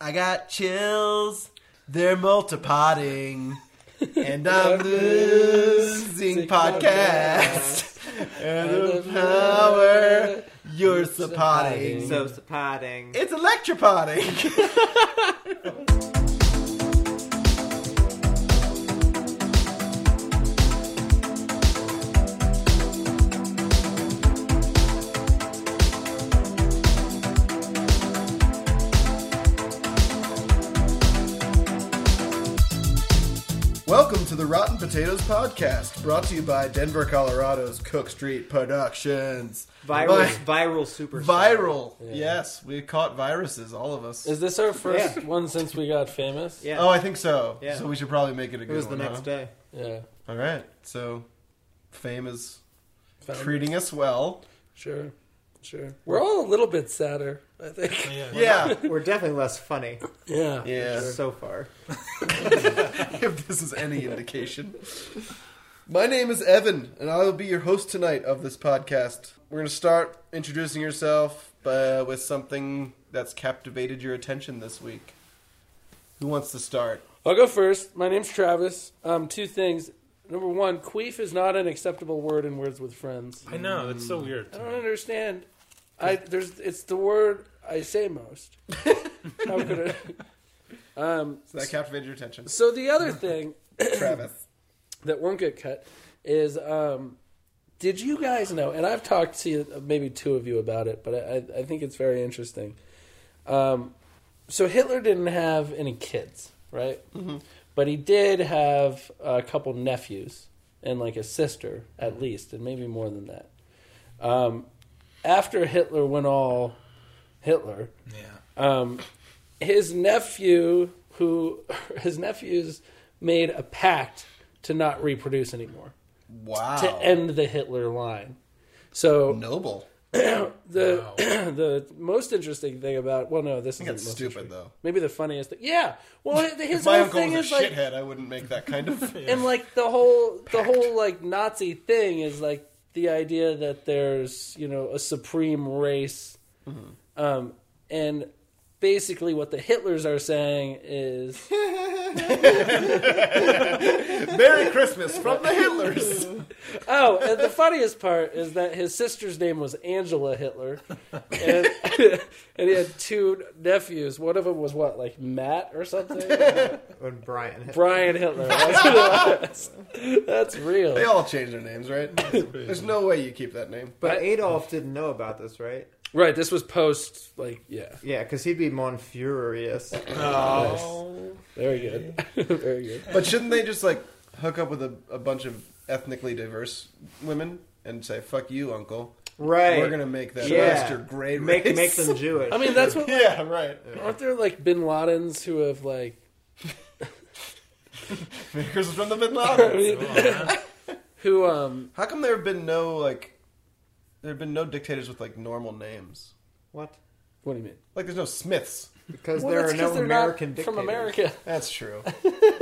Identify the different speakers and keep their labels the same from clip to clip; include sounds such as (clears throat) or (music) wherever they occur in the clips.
Speaker 1: I got chills. They're multipotting. And I'm (laughs) losing podcast. (laughs) And the power you're supporting.
Speaker 2: So supporting.
Speaker 1: It's electropotting. Welcome to the Rotten Potatoes Podcast, brought to you by Denver, Colorado's Cook Street Productions.
Speaker 2: viral,
Speaker 1: Vi-
Speaker 2: viral super
Speaker 1: viral.
Speaker 3: Yeah.
Speaker 1: Yes, we caught viruses, all of us.
Speaker 3: Is this our first one since we got famous?
Speaker 2: Yeah.
Speaker 1: Oh, I think so.
Speaker 2: Yeah.
Speaker 1: So we should probably make it a
Speaker 2: it
Speaker 1: good
Speaker 2: was the
Speaker 1: one.
Speaker 2: next
Speaker 1: huh?
Speaker 2: day.
Speaker 3: Yeah.
Speaker 1: All right. So fame is
Speaker 3: Found-
Speaker 1: treating us well.
Speaker 3: Sure. Sure. We're all a little bit sadder, I think.
Speaker 1: Yeah.
Speaker 2: We're definitely less funny
Speaker 3: (laughs) Yeah.
Speaker 1: (laughs) Yeah.
Speaker 2: (laughs) so far.
Speaker 1: (laughs) if this is any indication. My name is Evan, and I will be your host tonight of this podcast. We're going to start introducing yourself uh, with something that's captivated your attention this week. Who wants to start?
Speaker 3: I'll go first. My name's Travis. Um, two things. Number one, queef is not an acceptable word in Words with Friends.
Speaker 4: I know that's so weird.
Speaker 3: I don't understand. I there's it's the word I say (laughs) most. How could I? Um,
Speaker 1: So that captivated your attention.
Speaker 3: so the other thing
Speaker 1: Travis.
Speaker 3: that won't get cut is um, did you guys know? And I've talked to you, uh, maybe two of you about it, but I, I think it's very interesting. Um, so Hitler didn't have any kids, right? But he did have a couple nephews and like a sister at least, and maybe more than that. Um, after Hitler went all Hitler,
Speaker 4: Yeah,
Speaker 3: um, his nephew who (laughs) his nephews made a pact to not reproduce anymore
Speaker 1: Wow.
Speaker 3: to end the Hitler line. So
Speaker 1: Noble.
Speaker 3: the (clears throat) the most interesting thing about well no this
Speaker 1: I think
Speaker 3: is
Speaker 1: that's stupid, though.
Speaker 3: maybe the funniest thing yeah well
Speaker 1: (laughs)
Speaker 3: his- his
Speaker 1: If my
Speaker 3: whole
Speaker 1: uncle
Speaker 3: thing
Speaker 1: was
Speaker 3: is
Speaker 1: a
Speaker 3: like
Speaker 1: shithead, I wouldn't make that kind
Speaker 3: (laughs)
Speaker 1: of.
Speaker 3: and like the whole the whole like Nazi thing is like the idea that there's you know a supreme race,
Speaker 1: Mm-hmm.
Speaker 3: um, and basically what the Hitlers are saying is
Speaker 1: Merry Christmas from the Hitlers.
Speaker 3: oh, and the funniest part is that his sister's name was Angela Hitler, and, (laughs) and he had two nephews. One of them was what like Matt or
Speaker 1: (laughs)
Speaker 3: something.
Speaker 2: When Brian hit.
Speaker 3: Brian Hitler. That's, what it was. That's real.
Speaker 1: (laughs) They all change their names, right? There's no way you keep that name.
Speaker 2: But Adolf didn't know about this, right?
Speaker 3: right. This was post like yeah.
Speaker 2: Yeah, because he'd be more furious.
Speaker 3: Very good. (laughs) Very good.
Speaker 1: But shouldn't they just like hook up with a, a bunch of ethnically diverse women and say "fuck you, uncle"?
Speaker 2: Right.
Speaker 1: We're gonna make that
Speaker 2: Yeah.
Speaker 1: master grade
Speaker 2: make
Speaker 1: race.
Speaker 2: make
Speaker 1: (laughs)
Speaker 2: them Jewish.
Speaker 3: (laughs) I mean, that's what.
Speaker 1: yeah, right.
Speaker 3: Aren't there like Bin Ladens who have like?
Speaker 1: Merry Christmas from the Bin
Speaker 3: I
Speaker 1: Laden.
Speaker 3: mean, who um?
Speaker 1: How come there have been no like, there have been no dictators with like normal names?
Speaker 2: what?
Speaker 3: What do you mean?
Speaker 1: Like, there's no Smiths.
Speaker 2: Because
Speaker 3: Well,
Speaker 2: there
Speaker 3: that's
Speaker 2: are
Speaker 3: 'cause
Speaker 2: no
Speaker 3: they're
Speaker 2: American
Speaker 3: not
Speaker 2: dictators.
Speaker 3: from America.
Speaker 1: That's true.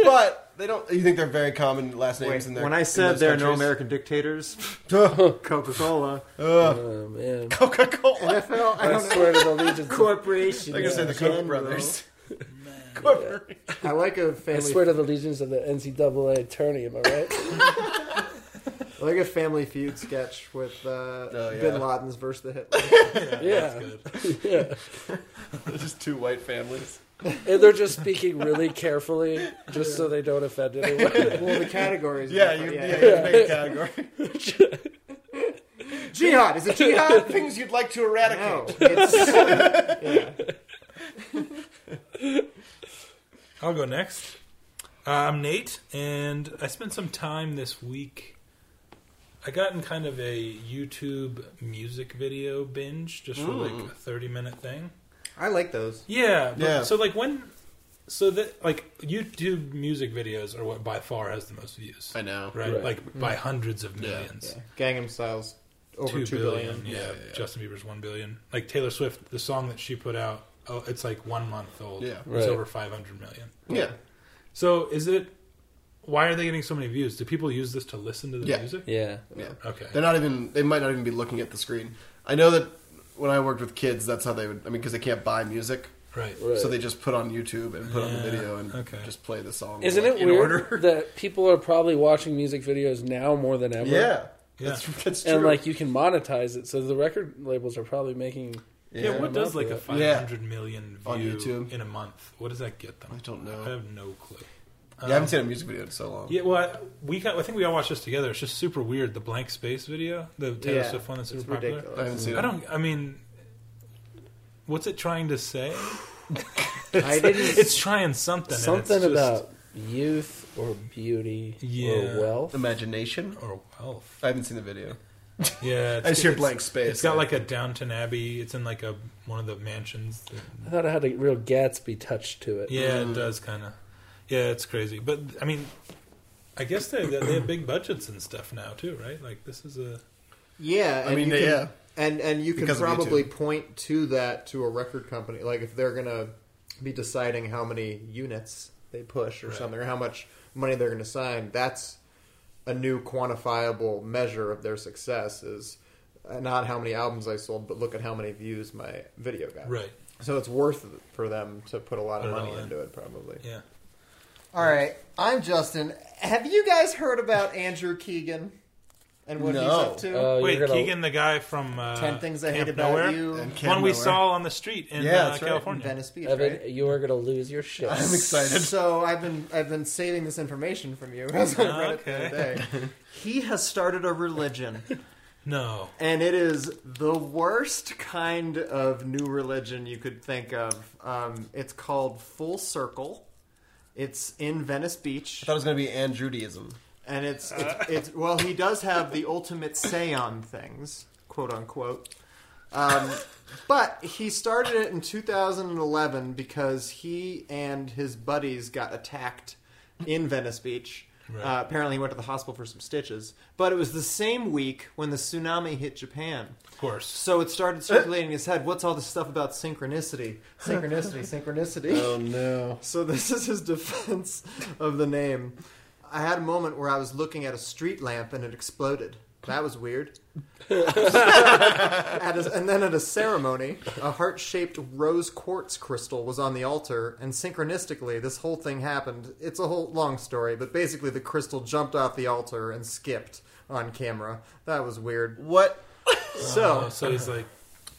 Speaker 1: but they don't. You think they're very common last names
Speaker 2: Wait,
Speaker 1: in their
Speaker 2: when I
Speaker 1: in
Speaker 2: said
Speaker 1: those
Speaker 2: there are no
Speaker 1: countries?
Speaker 2: American dictators,
Speaker 1: (laughs) Ugh,
Speaker 2: Coca Cola,
Speaker 1: ugh.
Speaker 3: Oh man!
Speaker 1: Uh,
Speaker 2: (laughs)
Speaker 1: Coca-Cola.
Speaker 2: NFL, I
Speaker 3: I
Speaker 2: don't know.
Speaker 3: swear to the allegiance. Of,
Speaker 2: Corporation.
Speaker 1: They're gonna say the Koch
Speaker 2: General.
Speaker 1: brothers. Corporate.
Speaker 2: I like a
Speaker 3: I
Speaker 2: family.
Speaker 3: swear to the allegiance of the NCAA attorney. Am I right?
Speaker 2: I like a Family Feud sketch with uh,
Speaker 1: yeah.
Speaker 2: Bin Laden's versus the Hitler.
Speaker 3: Yeah. (laughs) yeah.
Speaker 1: They're just two white families.
Speaker 3: And they're just speaking really carefully, just so they don't
Speaker 4: (laughs)
Speaker 3: offend anyone.
Speaker 2: (laughs) well, the categories.
Speaker 1: Yeah,
Speaker 2: are
Speaker 1: you,
Speaker 2: different,
Speaker 1: yeah, you can make a category.
Speaker 2: Jihad is it jihad?
Speaker 1: Things you'd like to eradicate.
Speaker 2: no, (laughs) it's,
Speaker 4: I'll go next. Uh, I'm Nate, and I spent some time this week. I got in kind of a YouTube music video binge, just for like a 30 minute thing.
Speaker 2: I like those.
Speaker 4: Yeah, but,
Speaker 1: Yeah.
Speaker 4: So like when, so that like YouTube music videos are what by far has the most views,
Speaker 1: I know.
Speaker 4: right?
Speaker 3: Right.
Speaker 4: Like by hundreds of millions.
Speaker 2: Yeah. Gangnam Style's over two billion.
Speaker 4: Yeah, Justin Bieber's one billion. Like Taylor Swift, the song that she put out, oh, it's like one month old.
Speaker 1: Yeah.
Speaker 4: it's
Speaker 3: Right.
Speaker 4: over five hundred million.
Speaker 1: Yeah.
Speaker 4: So is it? Why are they getting so many views? Do people use this to listen to the
Speaker 1: Yeah.
Speaker 4: music?
Speaker 3: yeah.
Speaker 1: Yeah.
Speaker 4: Okay.
Speaker 1: They're not even. They might not even be looking at the screen. I know that when I worked with kids, that's how they would. I mean, because they can't buy music,
Speaker 4: Right.
Speaker 3: Right.
Speaker 1: So they just put on YouTube and put on the
Speaker 4: Yeah,
Speaker 1: video and
Speaker 4: okay.
Speaker 1: just play the song.
Speaker 3: Isn't
Speaker 1: like,
Speaker 3: it
Speaker 1: in
Speaker 3: weird (laughs)
Speaker 1: order.
Speaker 3: that people are probably watching music videos now more than ever?
Speaker 1: yeah,
Speaker 4: Yeah.
Speaker 1: that's that's true.
Speaker 3: And like you can monetize it, so the record labels are probably making.
Speaker 4: Yeah,
Speaker 1: Yeah.
Speaker 4: what does like a
Speaker 3: Yeah.
Speaker 4: five hundred million
Speaker 1: On
Speaker 4: view
Speaker 1: YouTube.
Speaker 4: in a month? What does that get them?
Speaker 1: I don't know.
Speaker 4: I have no clue.
Speaker 1: yeah, I haven't seen a music video in so long.
Speaker 4: Um, Yeah, well, I, we got, I think we all watched this together. It's just super weird. The blank space video, the Taylor
Speaker 2: Yeah,
Speaker 4: Swift one that's
Speaker 2: it's
Speaker 4: super
Speaker 1: I
Speaker 4: popular.
Speaker 1: haven't
Speaker 2: ridiculous.
Speaker 1: seen.
Speaker 4: I
Speaker 1: it.
Speaker 4: don't. I mean, what's it trying to say?
Speaker 2: I didn't.
Speaker 4: (laughs) It's trying something. and it's
Speaker 3: Something
Speaker 4: just-
Speaker 3: about youth or beauty
Speaker 4: Yeah.
Speaker 3: or wealth.
Speaker 1: imagination.
Speaker 4: or wealth.
Speaker 1: I haven't seen the video.
Speaker 4: Yeah, it's,
Speaker 1: I just hear
Speaker 4: it's-
Speaker 1: blank space.
Speaker 4: It's got like a Downton Abbey. It's in like a one of the mansions. that-
Speaker 3: I thought it had a real Gatsby touch to it.
Speaker 4: yeah,
Speaker 2: Mm.
Speaker 4: it does kind of. Yeah, it's crazy. But I mean, I guess they they they have big budgets and stuff now too, right? Like this is a
Speaker 2: Yeah, and
Speaker 1: I mean,
Speaker 2: you can,
Speaker 1: yeah.
Speaker 2: and and you can
Speaker 1: Because of
Speaker 2: probably point to that to a record company, like if they're gonna be deciding how many units they push or
Speaker 4: Right.
Speaker 2: something, or how much money they're gonna sign. That's a new quantifiable measure of their success is uh, not how many albums I sold, but look at how many views my video got.
Speaker 4: right.
Speaker 2: So it's worth it for them to put a lot
Speaker 4: Put
Speaker 2: of
Speaker 4: it
Speaker 2: money
Speaker 4: all in.
Speaker 2: into it, probably.
Speaker 4: Yeah.
Speaker 2: All right, I'm Justin. Have you guys heard about Andrew Keegan and what he's
Speaker 1: No.
Speaker 2: up to?
Speaker 3: Uh,
Speaker 4: Wait,
Speaker 3: you're gonna-
Speaker 4: Keegan, the guy from uh,
Speaker 2: Ten things I
Speaker 4: Camp
Speaker 2: hate about
Speaker 4: Nowhere?
Speaker 2: you.
Speaker 1: And Camp
Speaker 4: One we
Speaker 1: Nowhere.
Speaker 4: saw on the street in
Speaker 1: Yeah,
Speaker 4: uh,
Speaker 1: that's right.
Speaker 2: in
Speaker 4: California.
Speaker 2: Venice Beach.
Speaker 3: Evan,
Speaker 2: right?
Speaker 3: you are gonna lose your
Speaker 1: (laughs)
Speaker 3: shit.
Speaker 1: I'm
Speaker 4: (laughs)
Speaker 1: excited.
Speaker 2: So I've been I've been saving this information from you (laughs) as I read it the other
Speaker 4: (laughs)
Speaker 2: day. He has started a religion,
Speaker 4: No.
Speaker 2: and it is the worst kind of new religion you could think of. Um, it's called Full Circle. It's in Venice Beach,
Speaker 1: I thought it was gonna be Andrewdyism.
Speaker 2: and it's it's, it's well, he does have the ultimate say on things, quote unquote. Um, but he started it in 2011 because he and his buddies got attacked in Venice Beach.
Speaker 4: Right.
Speaker 2: Uh, apparently, he went to the hospital for some stitches. But it was the same week when the tsunami hit Japan.
Speaker 4: Of course.
Speaker 2: So it started circulating in his head. What's all this stuff about synchronicity? Synchronicity, synchronicity.
Speaker 1: (laughs) Oh no!
Speaker 2: So (laughs) this is his defense of the name. I had a moment where I was looking at a street lamp and it exploded. That was weird. At a- and then at a ceremony, a heart-shaped rose quartz crystal was on the altar, and synchronistically, this whole thing happened. It's a whole long story, but basically, the crystal jumped off the altar and skipped on camera. That was weird.
Speaker 1: What?
Speaker 2: So,
Speaker 4: Oh, so he's like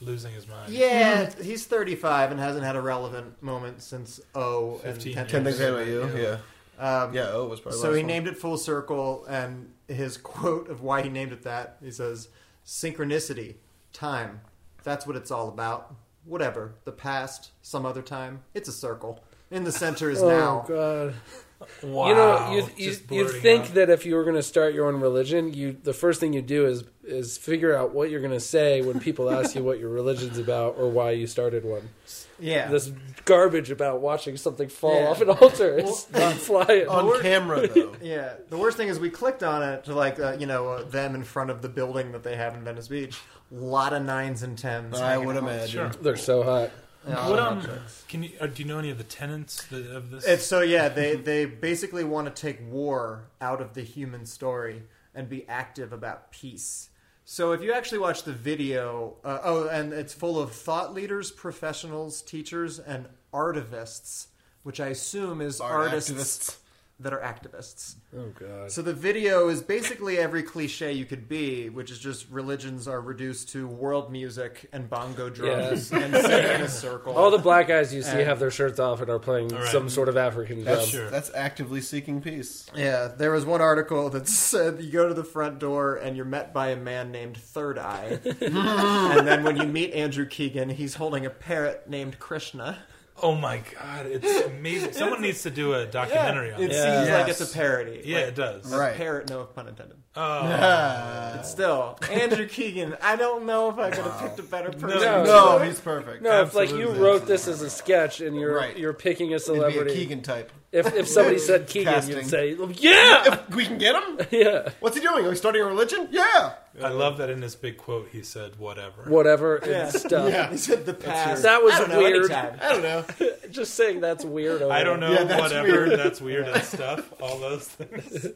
Speaker 4: losing his mind.
Speaker 2: yeah, he's 35 and hasn't had a relevant moment since oh, and
Speaker 4: 15
Speaker 2: 10
Speaker 1: Ten things I hate
Speaker 2: Things
Speaker 1: about you. Yeah.
Speaker 2: Um,
Speaker 1: Yeah. Oh, it was probably. the
Speaker 2: So
Speaker 1: last
Speaker 2: he
Speaker 1: one.
Speaker 2: named it Full Circle, and his (laughs) quote of why he named it that he says, Synchronicity, time. That's what it's all about. Whatever, the past, some other time. It's a circle. In the center
Speaker 3: (laughs)
Speaker 2: is
Speaker 3: Oh
Speaker 2: now.
Speaker 3: god.
Speaker 4: Wow.
Speaker 3: you know, you you,
Speaker 4: Just
Speaker 3: you
Speaker 4: blurting
Speaker 3: think
Speaker 4: out.
Speaker 3: that if you were going to start your own religion, you the first thing you do is is figure out what you're going to say when people ask you what your religion's about or why you started one.
Speaker 2: Yeah.
Speaker 3: This garbage about watching something fall
Speaker 2: Yeah.
Speaker 3: off an altar is not flying.
Speaker 1: (laughs) on (laughs) camera though.
Speaker 2: yeah. The worst thing is we clicked on it to like uh, you know uh, them in front of the building that they have in Venice Beach. Lot of nines and tens.
Speaker 1: I
Speaker 2: hanging
Speaker 1: would
Speaker 2: out.
Speaker 1: imagine.
Speaker 4: Sure.
Speaker 3: They're so hot.
Speaker 2: Yeah,
Speaker 4: What
Speaker 2: all
Speaker 4: um?
Speaker 2: the-
Speaker 4: Can you uh, do you know any of the tenants that, of this?
Speaker 2: It's so yeah, they they basically want to take war out of the human story and be active about peace. So if you actually watch the video, uh, oh, and it's full of thought leaders, professionals, teachers, and artivists, which I assume is
Speaker 1: Art
Speaker 2: artists
Speaker 1: activists.
Speaker 2: that are activists.
Speaker 3: Oh god.
Speaker 2: So the video is basically every cliche you could be, which is just religions are reduced to world music and bongo drums and sitting in a circle.
Speaker 3: (laughs) All the black guys you see
Speaker 2: And-
Speaker 3: have their shirts off and are playing
Speaker 4: All right.
Speaker 3: some sort of African drum.
Speaker 1: That's
Speaker 4: Sure.
Speaker 1: that's actively seeking peace.
Speaker 2: Yeah, there was one article that (laughs) said you go to the front door and you're met by a man named Third Eye. and then when you meet Andrew Keegan, he's holding a parrot named Krishna.
Speaker 4: oh my god, it's
Speaker 1: (laughs)
Speaker 4: amazing. Someone needs to do a documentary on
Speaker 2: it
Speaker 4: this.
Speaker 2: seems like
Speaker 1: Yes.
Speaker 2: it's a parody.
Speaker 4: Yeah,
Speaker 2: Like,
Speaker 4: it does.
Speaker 1: Right.
Speaker 2: a parrot, no pun intended.
Speaker 4: Oh,
Speaker 1: Ah. (laughs)
Speaker 2: But still, Andrew Keegan, I don't know if I could have picked a better person.
Speaker 4: No.
Speaker 1: No,
Speaker 2: (laughs)
Speaker 1: he's perfect.
Speaker 3: no, if like you
Speaker 4: Absolutely.
Speaker 3: wrote this as a sketch and you're
Speaker 1: Right.
Speaker 3: you're picking a
Speaker 1: He'd be a
Speaker 3: celebrity,
Speaker 1: Keegan type.
Speaker 3: if if somebody said Keegan,
Speaker 1: Casting.
Speaker 3: you'd say yeah, (laughs)
Speaker 1: If (laughs) we can get him.
Speaker 3: yeah.
Speaker 1: What's he doing? Are we starting a religion? Yeah.
Speaker 4: I love that in his big quote he said, "Whatever."
Speaker 3: whatever and
Speaker 2: Yeah.
Speaker 3: stuff.
Speaker 1: Yeah.
Speaker 2: He said the past.
Speaker 3: That was
Speaker 2: I don't know,
Speaker 3: weird.
Speaker 2: anytime.
Speaker 1: I don't know.
Speaker 3: Just saying that's weird.
Speaker 4: I don't know.
Speaker 1: Yeah, that's
Speaker 4: (laughs) whatever.
Speaker 1: weird. (laughs)
Speaker 4: That's weird and stuff. All those things.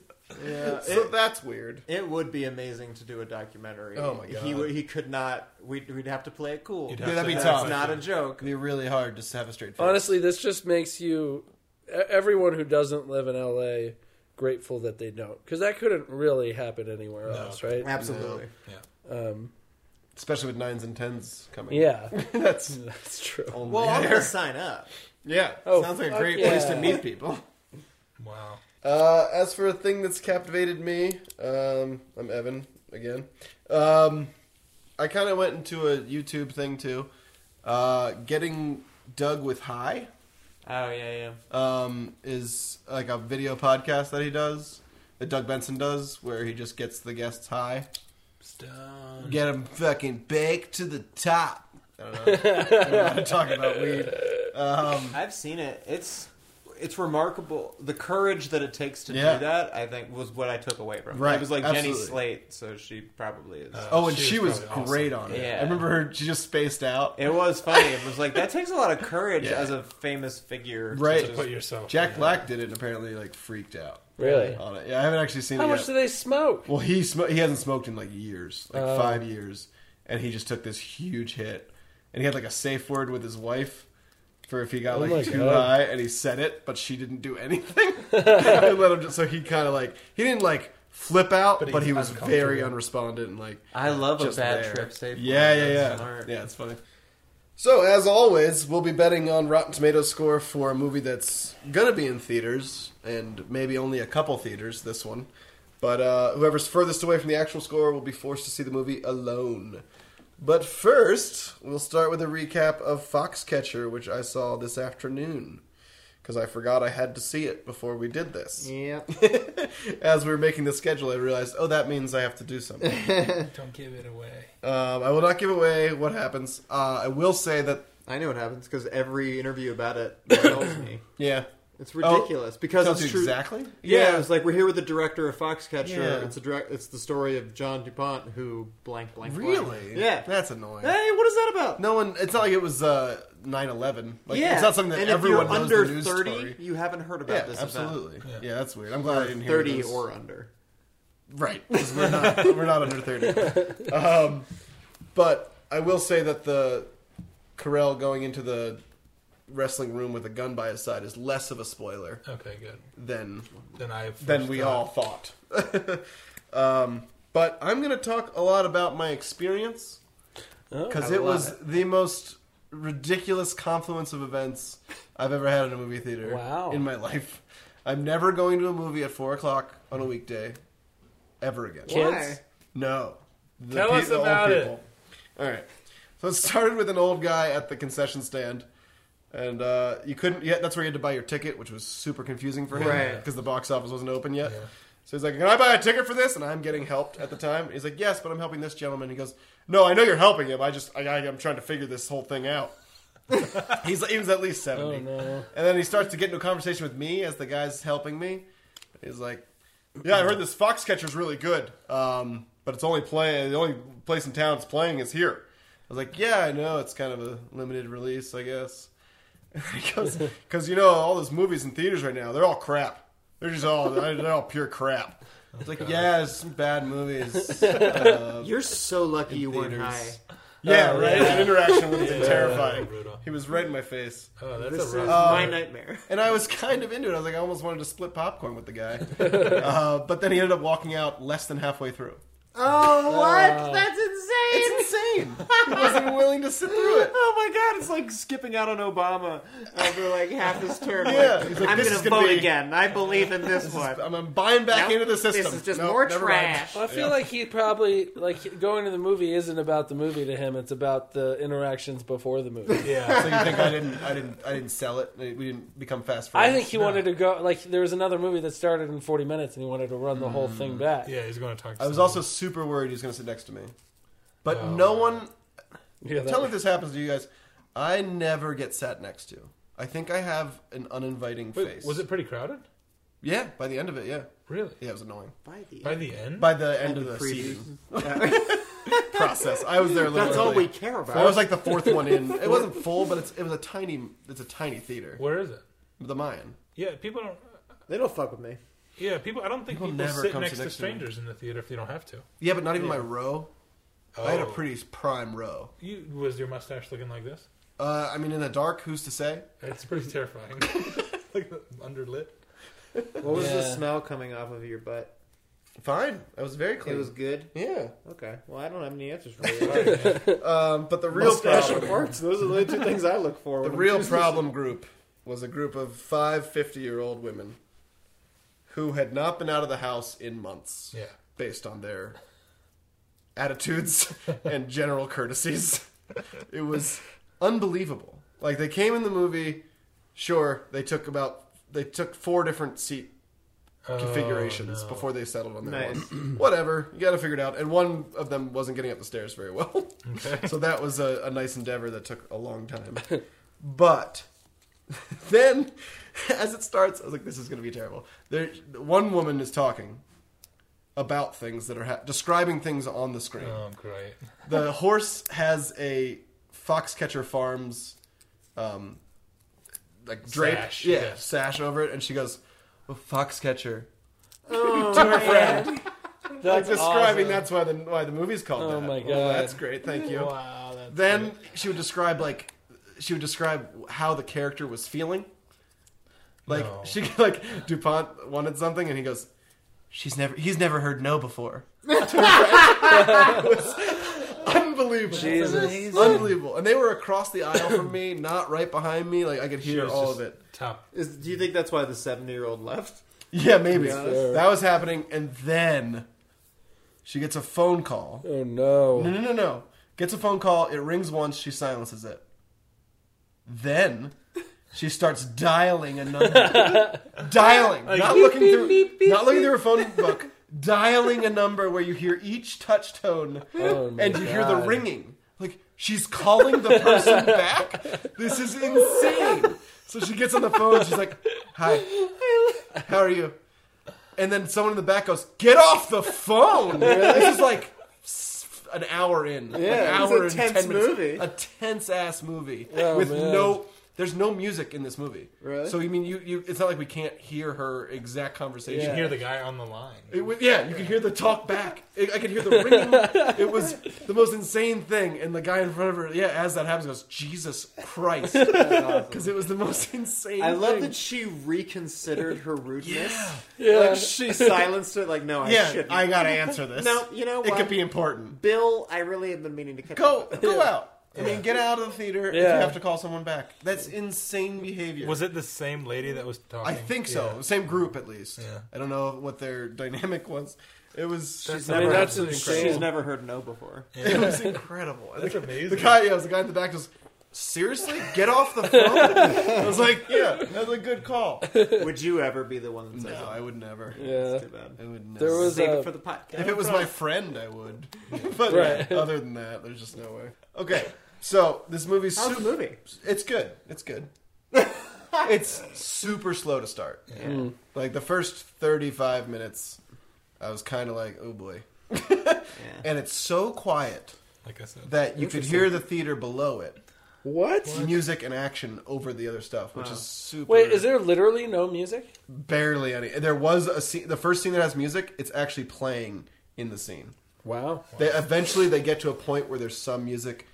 Speaker 2: Yeah,
Speaker 1: (laughs) so
Speaker 2: it,
Speaker 1: that's weird.
Speaker 2: it would be amazing to do a documentary.
Speaker 1: Oh my God.
Speaker 2: He would- he could not. We'd, we'd have to play it cool.
Speaker 4: You'd
Speaker 1: have That'd to- be
Speaker 2: That's
Speaker 1: tough.
Speaker 2: not a joke.
Speaker 1: It'd be really hard to have a straight face.
Speaker 3: Honestly, this just makes you e- everyone who doesn't live in LA grateful that they don't, because that couldn't really happen anywhere
Speaker 4: No.
Speaker 3: else, right?
Speaker 2: Absolutely.
Speaker 3: Um,
Speaker 1: especially with nines and tens coming.
Speaker 3: yeah,
Speaker 1: (laughs) that's
Speaker 3: (laughs) that's true.
Speaker 1: only
Speaker 2: Well, I'm
Speaker 1: there.
Speaker 2: gonna sign up.
Speaker 1: Yeah,
Speaker 3: Oh,
Speaker 1: sounds like a
Speaker 3: fuck
Speaker 1: great
Speaker 3: yeah.
Speaker 1: place to meet people.
Speaker 4: Wow.
Speaker 1: Uh, as for a thing that's captivated me, um, I'm Evan again. Um, I kind of went into a YouTube thing too, uh, getting Doug with High.
Speaker 2: Oh yeah, yeah.
Speaker 1: um, is like a video podcast that he does, that Doug Benson does, where he just gets the guests high,
Speaker 4: Stone.
Speaker 1: get them fucking baked to the top. I don't know. I don't know how to talk about weed. Um,
Speaker 2: I've seen it. It's it's remarkable the courage that it takes to
Speaker 1: Yeah.
Speaker 2: do that. I think was what I took away from. it.
Speaker 1: Right,
Speaker 2: It was like Jenny
Speaker 1: absolutely.
Speaker 2: Slate, so she probably is.
Speaker 4: Uh,
Speaker 1: oh, and she,
Speaker 4: She
Speaker 1: was,
Speaker 4: was probably
Speaker 1: great
Speaker 4: awesome.
Speaker 1: on it.
Speaker 2: Yeah.
Speaker 1: I remember her; she just spaced out.
Speaker 2: it was funny. It was like that takes a lot of courage
Speaker 1: Yeah.
Speaker 2: as a famous figure, to
Speaker 1: Right.
Speaker 4: To
Speaker 2: just-
Speaker 4: put yourself.
Speaker 1: Jack
Speaker 4: in
Speaker 1: Black did it, and apparently, like freaked out
Speaker 3: Really?
Speaker 1: on it. Yeah, I haven't actually seen
Speaker 3: How
Speaker 1: it
Speaker 3: much
Speaker 1: yet.
Speaker 3: do they smoke?
Speaker 1: Well, he sm- he hasn't smoked in like years, like
Speaker 3: Oh.
Speaker 1: five years, and he just took this huge hit, and he had like a safe word with his wife for if he got
Speaker 3: Oh my
Speaker 1: like too
Speaker 3: God.
Speaker 1: high, and he said it, but she didn't do
Speaker 3: (laughs)
Speaker 1: anything. (laughs) I let him just, so he kind of like he didn't like flip out, but,
Speaker 4: But
Speaker 1: he
Speaker 4: he's
Speaker 1: was very
Speaker 4: uncomfortable.
Speaker 1: unrespondent and like
Speaker 2: I love a
Speaker 1: just
Speaker 2: bad
Speaker 1: there.
Speaker 2: trip safe.
Speaker 1: Yeah,
Speaker 2: word.
Speaker 1: yeah, yeah,
Speaker 2: That's smart.
Speaker 1: yeah. It's funny. So as always, we'll be betting on Rotten Tomatoes score for a movie that's gonna be in theaters and maybe only a couple theaters. This one, but uh, whoever's furthest away from the actual score will be forced to see the movie alone. But first, we'll start with a recap of Foxcatcher, which I saw this afternoon because I forgot I had to see it before we did this.
Speaker 2: Yeah.
Speaker 1: (laughs) As we were making the schedule, I realized, oh, that means I have to do something.
Speaker 4: there. Don't give it away.
Speaker 1: Um, I will not give away what happens. Uh, I will say that
Speaker 2: I know what happens because every interview
Speaker 1: (laughs)
Speaker 2: about it tells me.
Speaker 1: yeah,
Speaker 2: It's ridiculous because
Speaker 1: Oh. tells
Speaker 2: it's
Speaker 1: you
Speaker 2: true.
Speaker 1: exactly.
Speaker 2: Yeah, it's like we're here with the director of Foxcatcher.
Speaker 1: Yeah.
Speaker 2: It's a direct, It's the story of John Dupont who blank blank. blank.
Speaker 1: really.
Speaker 2: Yeah.
Speaker 1: that's annoying.
Speaker 2: Hey, what is that about?
Speaker 1: No one. It's not like it was uh, 9-11. Like,
Speaker 2: yeah,
Speaker 1: it's not something that
Speaker 2: and
Speaker 1: everyone
Speaker 2: if you're
Speaker 1: knows
Speaker 2: under
Speaker 1: the news
Speaker 2: thirty,
Speaker 1: story.
Speaker 2: you haven't heard about
Speaker 1: Yeah,
Speaker 2: this
Speaker 1: absolutely.
Speaker 4: event.
Speaker 1: Yeah. that's weird. I'm glad I didn't
Speaker 2: event.
Speaker 1: hear
Speaker 2: Thirty
Speaker 1: this.
Speaker 2: or under.
Speaker 1: right. 'cause We're not, (laughs) we're not under
Speaker 2: (laughs)
Speaker 1: thirty. Um, but I will say that the Carell going into the wrestling room with a gun by his side is less of a spoiler
Speaker 4: Okay, good.
Speaker 1: than
Speaker 4: Then I. first
Speaker 1: than we
Speaker 4: thought-
Speaker 1: all thought. (laughs) um, but I'm going to talk a lot about my experience
Speaker 3: Oh,
Speaker 1: because
Speaker 2: I
Speaker 1: it
Speaker 2: love
Speaker 1: was the most ridiculous confluence of events I've ever had in a movie theater
Speaker 3: Wow.
Speaker 1: in my (laughs) life. I'm never going to a movie at four o'clock on a weekday ever again.
Speaker 3: kids.
Speaker 1: No. The
Speaker 4: Tell us
Speaker 1: old
Speaker 4: about it.
Speaker 1: people. All right. So it started with an old guy at the concession stand. And uh, you couldn't yet. That's where you had to buy your ticket, which was super confusing for him
Speaker 2: Right.
Speaker 1: because the box office wasn't open yet.
Speaker 4: Yeah.
Speaker 1: So he's like, "Can I buy a ticket for this?" And I'm getting helped at the time. He's like, "Yes, but I'm helping this gentleman." He goes, "No, I know you're helping him. I just, I, I, I'm trying to figure this whole thing out." (laughs) he's, he was at least seventy.
Speaker 3: Oh no.
Speaker 1: And then he starts to get into a conversation with me as the guy's helping me. He's like, "Yeah, I heard this Foxcatcher's really good, um, but it's only playing. The only place in town it's playing is here." I was like, "Yeah, I know. It's kind of a limited release, I guess." (laughs) Because, because you know, all those movies in theaters right now, they're all crap. They're just all they're all pure crap. It's like, yeah, there's some bad movies. Uh,
Speaker 2: You're so lucky you weren't high.
Speaker 1: theaters. yeah,
Speaker 3: Oh,
Speaker 1: right.
Speaker 3: yeah.
Speaker 1: That interaction was
Speaker 4: Yeah,
Speaker 1: terrifying.
Speaker 4: brutal.
Speaker 1: He was right in my face.
Speaker 4: Oh, that's
Speaker 2: This
Speaker 4: a
Speaker 2: is
Speaker 4: rough.
Speaker 1: Uh,
Speaker 2: my nightmare.
Speaker 1: And I was (laughs) kind of into it. I was like, I almost wanted to split popcorn with the
Speaker 4: (laughs)
Speaker 1: guy. uh, but then he ended up walking out less than halfway through.
Speaker 2: Oh, what?
Speaker 3: Uh,
Speaker 2: That's insane. (laughs)
Speaker 1: It's insane. he wasn't willing to sit through it.
Speaker 2: Oh my god, it's like skipping out on Obama over like half his term. Like,
Speaker 1: Yeah, he's like,
Speaker 2: I'm
Speaker 1: this
Speaker 2: gonna
Speaker 1: is gonna
Speaker 2: vote
Speaker 1: be-
Speaker 2: again. I believe in this one.
Speaker 1: I'm, I'm buying back
Speaker 2: Nope,
Speaker 1: into the system.
Speaker 2: This is just
Speaker 1: Nope,
Speaker 2: more
Speaker 1: never mind.
Speaker 2: trash.
Speaker 3: Well, I feel like he probably like going to the movie isn't about the movie to him. It's about the interactions before the
Speaker 4: (laughs)
Speaker 3: movie.
Speaker 1: Uh, (laughs) So
Speaker 4: yeah.
Speaker 1: you think I
Speaker 2: (laughs)
Speaker 1: didn't? I didn't? I didn't sell it. We didn't become fast food.
Speaker 3: I think he wanted to go. Like there was another movie that started in 40 minutes, and he wanted to run the whole thing back.
Speaker 4: Mm, Yeah, he's going to talk. To
Speaker 1: I was
Speaker 4: someone.
Speaker 1: also super worried he was going to sit next to me. But
Speaker 4: Oh.
Speaker 1: no one.
Speaker 3: Yeah, that-
Speaker 1: Tell me if this happens to you guys. I never get sat next to. I think I have an uninviting
Speaker 4: Wait,
Speaker 1: face.
Speaker 4: Was it pretty crowded?
Speaker 1: Yeah. By the end of it, yeah.
Speaker 4: Really?
Speaker 1: Yeah, it was annoying.
Speaker 2: By the
Speaker 4: By the end.
Speaker 1: By the end of
Speaker 2: the
Speaker 1: the
Speaker 2: preview.
Speaker 1: season (laughs) process, I was there. A little
Speaker 2: That's all
Speaker 1: early.
Speaker 2: we care about.
Speaker 1: I was like the fourth one in. It wasn't full, but it's it was a tiny. It's a tiny theater.
Speaker 4: Where is it?
Speaker 1: The Mayan.
Speaker 4: Yeah, people don't.
Speaker 2: they don't fuck with me.
Speaker 4: Yeah, people. I don't think
Speaker 1: People
Speaker 4: people,
Speaker 1: never
Speaker 4: sit
Speaker 1: come
Speaker 4: next
Speaker 1: sit
Speaker 4: to,
Speaker 1: next to me.
Speaker 4: strangers in the theater if they don't have to.
Speaker 1: Yeah, but not even my row. I had a
Speaker 4: Oh.
Speaker 1: pretty prime row.
Speaker 4: You was your mustache looking like this?
Speaker 1: Uh, I mean, in the dark, who's to say?
Speaker 4: It's pretty
Speaker 1: (laughs)
Speaker 4: terrifying. like underlit.
Speaker 2: What was the
Speaker 1: Yeah.
Speaker 2: smell coming off of your butt?
Speaker 1: Fine, I was very
Speaker 2: It
Speaker 1: clean.
Speaker 2: was good.
Speaker 1: Yeah,
Speaker 2: Okay. Well, I don't have any answers
Speaker 1: (laughs)
Speaker 2: for you.
Speaker 4: Sorry, man.
Speaker 1: um, but the real
Speaker 2: Mustache and
Speaker 1: problem,
Speaker 2: farts. Those are the only two things I look for.
Speaker 1: the
Speaker 2: when I'm
Speaker 1: real
Speaker 2: choosing-
Speaker 1: problem group was a group of five 50 year old women who had not been out of the house in months,
Speaker 4: yeah.
Speaker 1: based on their attitudes and general courtesies. It was unbelievable. Like they came in the movie, sure they took about they took four different seat configurations
Speaker 4: Oh, no.
Speaker 1: before they settled on their
Speaker 2: Nice.
Speaker 1: one. (clears throat) Whatever, you got to figure it out. And one of them wasn't getting up the stairs very well, (laughs) so that was a, a nice endeavor that took a long
Speaker 4: (laughs)
Speaker 1: time. but (laughs) then, (laughs) as it starts, I was like, "This is going to be terrible." There, one woman is talking about things that are ha- describing things on the screen.
Speaker 4: Oh, great.
Speaker 1: The horse has a Foxcatcher Farms, um, like drape,
Speaker 4: Sash,
Speaker 1: yeah,
Speaker 4: yeah.
Speaker 1: sash over it, and she goes, well, "Foxcatcher."
Speaker 3: That's
Speaker 1: like describing
Speaker 3: awesome.
Speaker 1: that's why the why the movie's called that.
Speaker 3: Oh my
Speaker 1: Well,
Speaker 3: God.
Speaker 1: that's great. Thank you.
Speaker 4: Wow. That's
Speaker 1: Then she would describe like she would describe how the character was feeling. Like
Speaker 4: No.
Speaker 1: she (laughs) like Dupont wanted something and he goes, "She's never he's never heard no before." (laughs) It was unbelievable.
Speaker 3: Jesus.
Speaker 1: Unbelievable. And they were across the aisle from me, not right behind me, like I could
Speaker 4: She
Speaker 1: hear
Speaker 4: was
Speaker 1: all
Speaker 4: just
Speaker 1: of it.
Speaker 4: Top.
Speaker 2: Is, do you think that's why the seventy-year-old left?
Speaker 1: Yeah, maybe.
Speaker 2: Yeah.
Speaker 1: That was happening and then she gets a phone call.
Speaker 3: Oh no.
Speaker 1: No, no, no, no. Gets a phone call. It rings once. She silences it. Then she starts dialing a number. dialing, not looking through, not looking through her phone book. dialing a number where you hear each touch tone
Speaker 3: Oh, my
Speaker 1: and you hear the
Speaker 3: God.
Speaker 1: ringing. Like she's calling the person back. This is insane. So she gets on the phone. She's like, "Hi, how are you?" And then someone in the back goes, "Get off the phone!" This is like s- an hour in,
Speaker 2: Yeah,
Speaker 1: an
Speaker 2: it's
Speaker 1: hour
Speaker 2: a
Speaker 1: and
Speaker 2: tense
Speaker 1: ten minutes,
Speaker 2: movie.
Speaker 1: a tense ass movie
Speaker 3: Oh,
Speaker 1: with
Speaker 3: man.
Speaker 1: no. There's no music in this movie,
Speaker 2: Really?
Speaker 1: so you mean you, you? It's not like we can't hear her exact conversation.
Speaker 4: You
Speaker 3: Yeah.
Speaker 4: can hear the guy on the line.
Speaker 1: It was, yeah, you could hear the talk back. I I could hear the ringing. It was the most insane thing. And the guy in front of her, yeah, as that happens, goes, Jesus Christ. Because it was the most (laughs) insane
Speaker 2: I love
Speaker 1: thing.
Speaker 2: that she reconsidered her rudeness.
Speaker 3: Yeah.
Speaker 2: Like
Speaker 3: (laughs)
Speaker 2: she (laughs) silenced it. Like no, I
Speaker 1: Yeah,
Speaker 2: shouldn't.
Speaker 1: I got to answer this.
Speaker 2: No, you know
Speaker 1: It
Speaker 2: what?
Speaker 1: could be important.
Speaker 2: Bill, I really have been meaning to catch
Speaker 1: Go, go out. I mean, get out of the theater if you
Speaker 3: Yeah.
Speaker 1: have to call someone back. That's insane behavior.
Speaker 4: Was it the same lady that was talking?
Speaker 1: I think so.
Speaker 4: Yeah.
Speaker 1: Same group, at least.
Speaker 4: Yeah.
Speaker 1: I don't know what their (laughs) dynamic was. It was,
Speaker 4: That's
Speaker 2: never-
Speaker 4: amazing.
Speaker 2: that's
Speaker 3: insane.
Speaker 2: She's never heard no (laughs) before.
Speaker 1: (laughs) it was incredible.
Speaker 4: That's amazing.
Speaker 1: The guy, yeah, it was the guy in the back just seriously get off the phone. I was like, yeah, that's a good call.
Speaker 2: Would you ever be the one that
Speaker 1: No,
Speaker 2: says
Speaker 1: I would never.
Speaker 3: Yeah.
Speaker 2: it? Too bad.
Speaker 1: I would never.
Speaker 3: There was
Speaker 2: Save
Speaker 3: a-
Speaker 2: it uh, for the podcast.
Speaker 1: if it was my friend, I would.
Speaker 3: (laughs)
Speaker 1: but
Speaker 3: Right.
Speaker 1: other than that, there's just no way. Okay, so this movie's
Speaker 2: How's the
Speaker 1: su-
Speaker 2: movie?
Speaker 1: it's good. It's good.
Speaker 2: (laughs)
Speaker 1: it's super slow to start. Mm. Like the first 35 minutes, I was kind of like, oh
Speaker 2: (laughs)
Speaker 1: boy.
Speaker 2: Yeah.
Speaker 1: And it's so quiet
Speaker 4: Like I said.
Speaker 1: that you could hear the theater below it.
Speaker 3: What?
Speaker 1: music and action over the other stuff, which
Speaker 2: Wow.
Speaker 1: is super.
Speaker 3: Wait, is there literally no music?
Speaker 1: barely any? There was a scene. The first scene that has music, it's actually playing in the scene.
Speaker 3: Wow.
Speaker 1: They eventually they get to a point where there's some music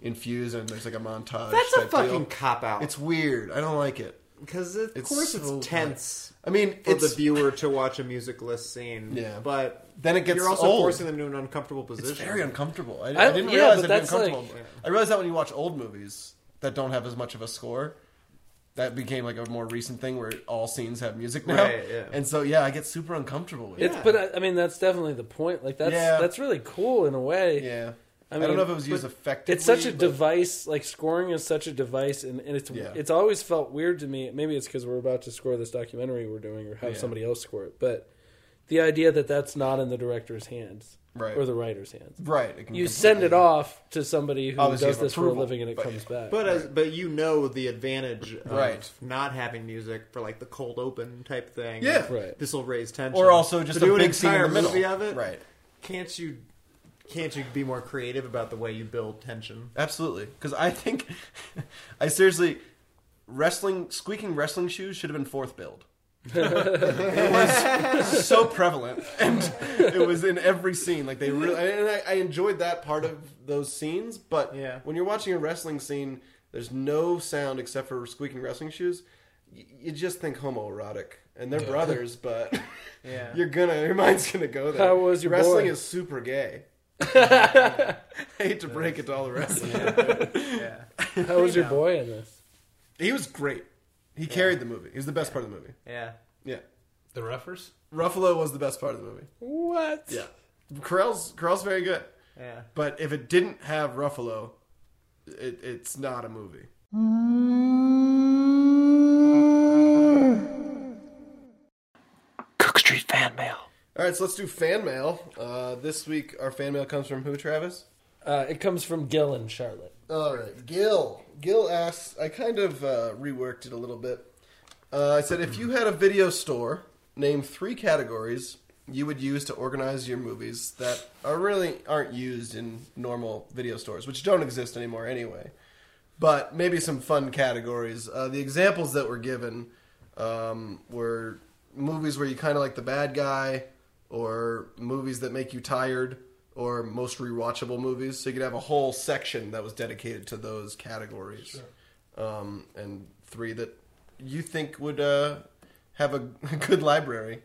Speaker 1: infused and there's like a montage.
Speaker 2: That's a
Speaker 1: type deal.
Speaker 2: fucking cop out.
Speaker 1: It's weird. I don't like it.
Speaker 2: Because of
Speaker 1: It's
Speaker 2: course
Speaker 1: so
Speaker 2: it's tense
Speaker 1: I mean,
Speaker 2: for
Speaker 1: it's
Speaker 2: the viewer to watch a musicless scene.
Speaker 1: Yeah.
Speaker 2: but
Speaker 1: Then it gets
Speaker 2: you're also
Speaker 1: old.
Speaker 2: forcing them to an uncomfortable position.
Speaker 1: it's very uncomfortable. I, I
Speaker 3: I-
Speaker 1: didn't
Speaker 3: yeah,
Speaker 1: realize
Speaker 3: but
Speaker 1: it'd be
Speaker 3: that's like-
Speaker 1: uncomfortable. I realized that when you watch old movies that don't have as much of a score. That became like a more recent thing where all scenes have music now,
Speaker 2: Right, yeah.
Speaker 1: and so yeah, I get super uncomfortable with it.
Speaker 3: It's but uh, I, I mean that's definitely the point. Like that's
Speaker 1: Yeah.
Speaker 3: that's really cool in a way.
Speaker 1: Yeah. I,
Speaker 3: I mean,
Speaker 1: don't know if it was used
Speaker 3: but
Speaker 1: effectively.
Speaker 3: It's such a
Speaker 1: but-
Speaker 3: device. Like scoring is such a device, and, and it's
Speaker 1: Yeah.
Speaker 3: it's always felt weird to me. Maybe it's because we're about to score this documentary we're doing, or have
Speaker 1: Yeah.
Speaker 3: somebody else score it. But the idea that that's not in the director's hands
Speaker 1: Right.
Speaker 3: or the writer's hands,
Speaker 1: Right. It can
Speaker 3: you
Speaker 1: completely-
Speaker 3: send it off to somebody who
Speaker 1: Obviously
Speaker 3: does
Speaker 1: have
Speaker 3: this for
Speaker 1: approval,
Speaker 3: a living, and it
Speaker 1: but- (laughs)
Speaker 3: comes back.
Speaker 2: But as, but you know the advantage of
Speaker 1: Right.
Speaker 2: not having music for like the cold open type thing.
Speaker 1: Yeah.
Speaker 3: Right.
Speaker 2: This will raise tension.
Speaker 1: Or also just
Speaker 2: to
Speaker 1: a
Speaker 2: do an
Speaker 1: big scene in
Speaker 2: entire
Speaker 1: the middle.
Speaker 2: movie of it.
Speaker 1: Right.
Speaker 2: Can't you? Can't you be more creative about the way you build tension?
Speaker 1: Absolutely. Because I think, (laughs)
Speaker 3: (laughs)
Speaker 1: I seriously, wrestling, squeaking wrestling shoes should have been fourth build. so prevalent, and it was in every scene. Like they really, and I, I enjoyed that part of those scenes. But
Speaker 2: Yeah.
Speaker 1: when you're watching a wrestling scene, there's no sound except for squeaking wrestling shoes. Y- You just think homoerotic, and they're brothers, but
Speaker 2: Yeah. (laughs)
Speaker 1: you're gonna your mind's gonna go there.
Speaker 3: How was your
Speaker 1: wrestling
Speaker 3: boy?
Speaker 1: is super
Speaker 3: (laughs)
Speaker 1: gay. I hate to break it to all the wrestling.
Speaker 2: yeah.
Speaker 3: How was your boy in this?
Speaker 1: He was great. He carried the movie. He was the best part of the movie.
Speaker 2: Yeah.
Speaker 1: Yeah,
Speaker 4: The Ruffers?
Speaker 1: Ruffalo was the best part of the movie.
Speaker 3: What?
Speaker 1: Yeah, Carell's Carell's very good.
Speaker 2: Yeah.
Speaker 1: But if it didn't have Ruffalo, it, it's not a movie.
Speaker 5: Cook Street fan mail.
Speaker 1: All right, so let's do fan mail. Uh, this week, our fan mail comes from who, Travis?
Speaker 3: Uh, it comes from Gil in Charlotte.
Speaker 1: All right, Gil. Gil asks. I kind of uh, reworked it a little bit. Uh, I said, if you had a video store, name three categories you would use to organize your movies that are really aren't used in normal video stores, which don't exist anymore anyway. But maybe some fun categories. Uh, the examples that were given um, were movies where you kind of like the bad guy, or movies that make you tired, or most rewatchable movies. So you could have a whole section that was dedicated to those categories, um, and three that you think would uh, have a (laughs) good library.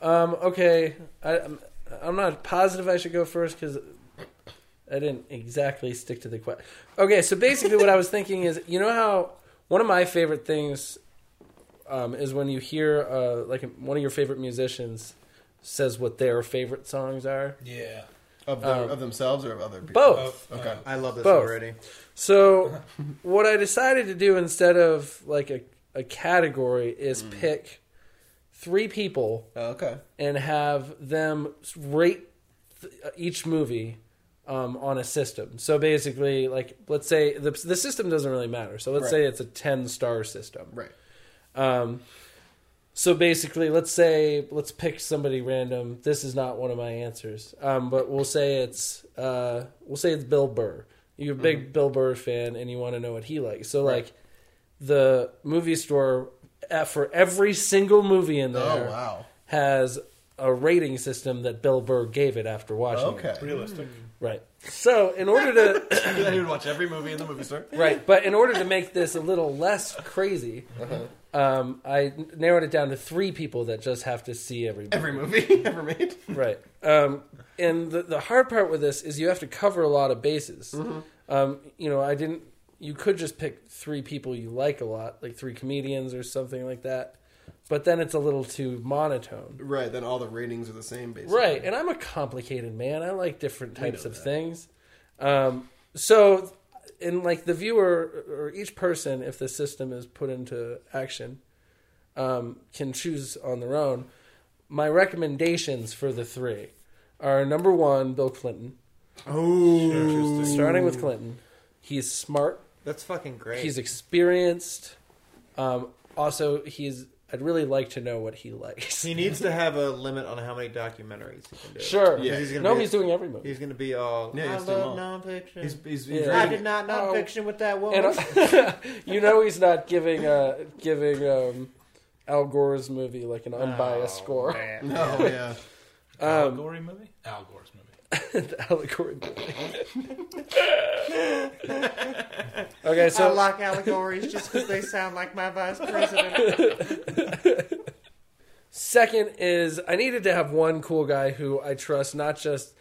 Speaker 3: Um, okay, I, I'm, I'm not positive I should go first because I didn't exactly stick to the question. Okay, so basically, what I was thinking is, you know how one of my favorite things um, is when you hear uh, like one of your favorite musicians says what their favorite songs are.
Speaker 4: Yeah.
Speaker 1: Of, their, of themselves or of other people?
Speaker 3: Oh. Both.
Speaker 4: Oh,
Speaker 1: Okay.
Speaker 4: oh.
Speaker 2: I love this
Speaker 3: Both.
Speaker 2: already.
Speaker 3: So, what I decided to do instead of like a, a category is pick three people
Speaker 1: Oh, okay.
Speaker 3: and have them rate th- each movie um, on a system. So basically, like let's say the the system doesn't really matter. So let's
Speaker 1: Right.
Speaker 3: say it's a ten star system.
Speaker 1: Right.
Speaker 3: Um, so basically, let's say let's pick somebody random. This is not one of my answers, um, but we'll say it's uh, we'll say it's Bill Burr. You're a big
Speaker 1: Mm-hmm.
Speaker 3: Bill Burr fan, and you want to know what he likes. So like the movie store uh, for every single movie in there
Speaker 1: Oh, wow.
Speaker 3: has a rating system that Bill Burr gave it after watching. it.
Speaker 1: Okay.
Speaker 4: uh,
Speaker 1: (laughs)
Speaker 4: Realistic.
Speaker 3: Right. So in order to
Speaker 1: Then he would watch every movie in the movie store.
Speaker 3: right, but in order to make this a little less crazy, um, I narrowed it down to three people that just have to see every movie.
Speaker 1: Every movie (laughs) ever made.
Speaker 3: Right. Um, and the the hard part with this is you have to cover a lot of bases. Um, you know, I didn't. You could just pick three people you like a lot, like three comedians or something like that. But then it's a little too monotone.
Speaker 1: Right. Then all the ratings are the same, basically.
Speaker 3: Right, and I'm a complicated man. I like different types of things. Um, so, in like the viewer or each person, if the system is put into action, um, can choose on their own. My recommendations for the three are number one, Bill Clinton.
Speaker 2: Oh,
Speaker 3: Starting with Clinton, he's smart.
Speaker 2: that's fucking great.
Speaker 3: He's experienced. Um, also, he's. I'd really like to know what he likes.
Speaker 2: he needs to have a limit on how many documentaries he can
Speaker 3: (laughs)
Speaker 2: do.
Speaker 3: Sure.
Speaker 1: Yeah.
Speaker 2: He's gonna
Speaker 3: no,
Speaker 2: be-
Speaker 3: he's doing every movie.
Speaker 2: He's gonna be uh, all.
Speaker 1: Yeah, he
Speaker 2: I
Speaker 1: has to
Speaker 2: love
Speaker 1: do 'em
Speaker 2: nonfiction.
Speaker 1: He's, he's
Speaker 3: Yeah.
Speaker 1: very
Speaker 2: I did not
Speaker 3: Oh.
Speaker 2: nonfiction with that woman.
Speaker 3: And uh, (laughs) you know he's not giving uh, giving um, Al Gore's movie like an unbiased
Speaker 2: Oh,
Speaker 3: score. (laughs) Um,
Speaker 2: man. (laughs)
Speaker 1: No, (laughs) yeah.
Speaker 4: Al
Speaker 1: Um,
Speaker 4: Gore movie? Al Gore's movie.
Speaker 3: The allegory movie. okay, so
Speaker 2: like allegories just because they sound like my vice president.
Speaker 3: second is I needed to have one cool guy who I trust, not just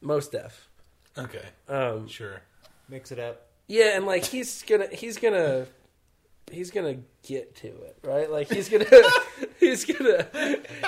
Speaker 3: most deaf.
Speaker 4: Okay.
Speaker 3: Um,
Speaker 4: Sure.
Speaker 2: (laughs) Mix it up.
Speaker 3: Yeah, and like he's gonna he's gonna he's gonna get to it, right? Like he's gonna (laughs) he's gonna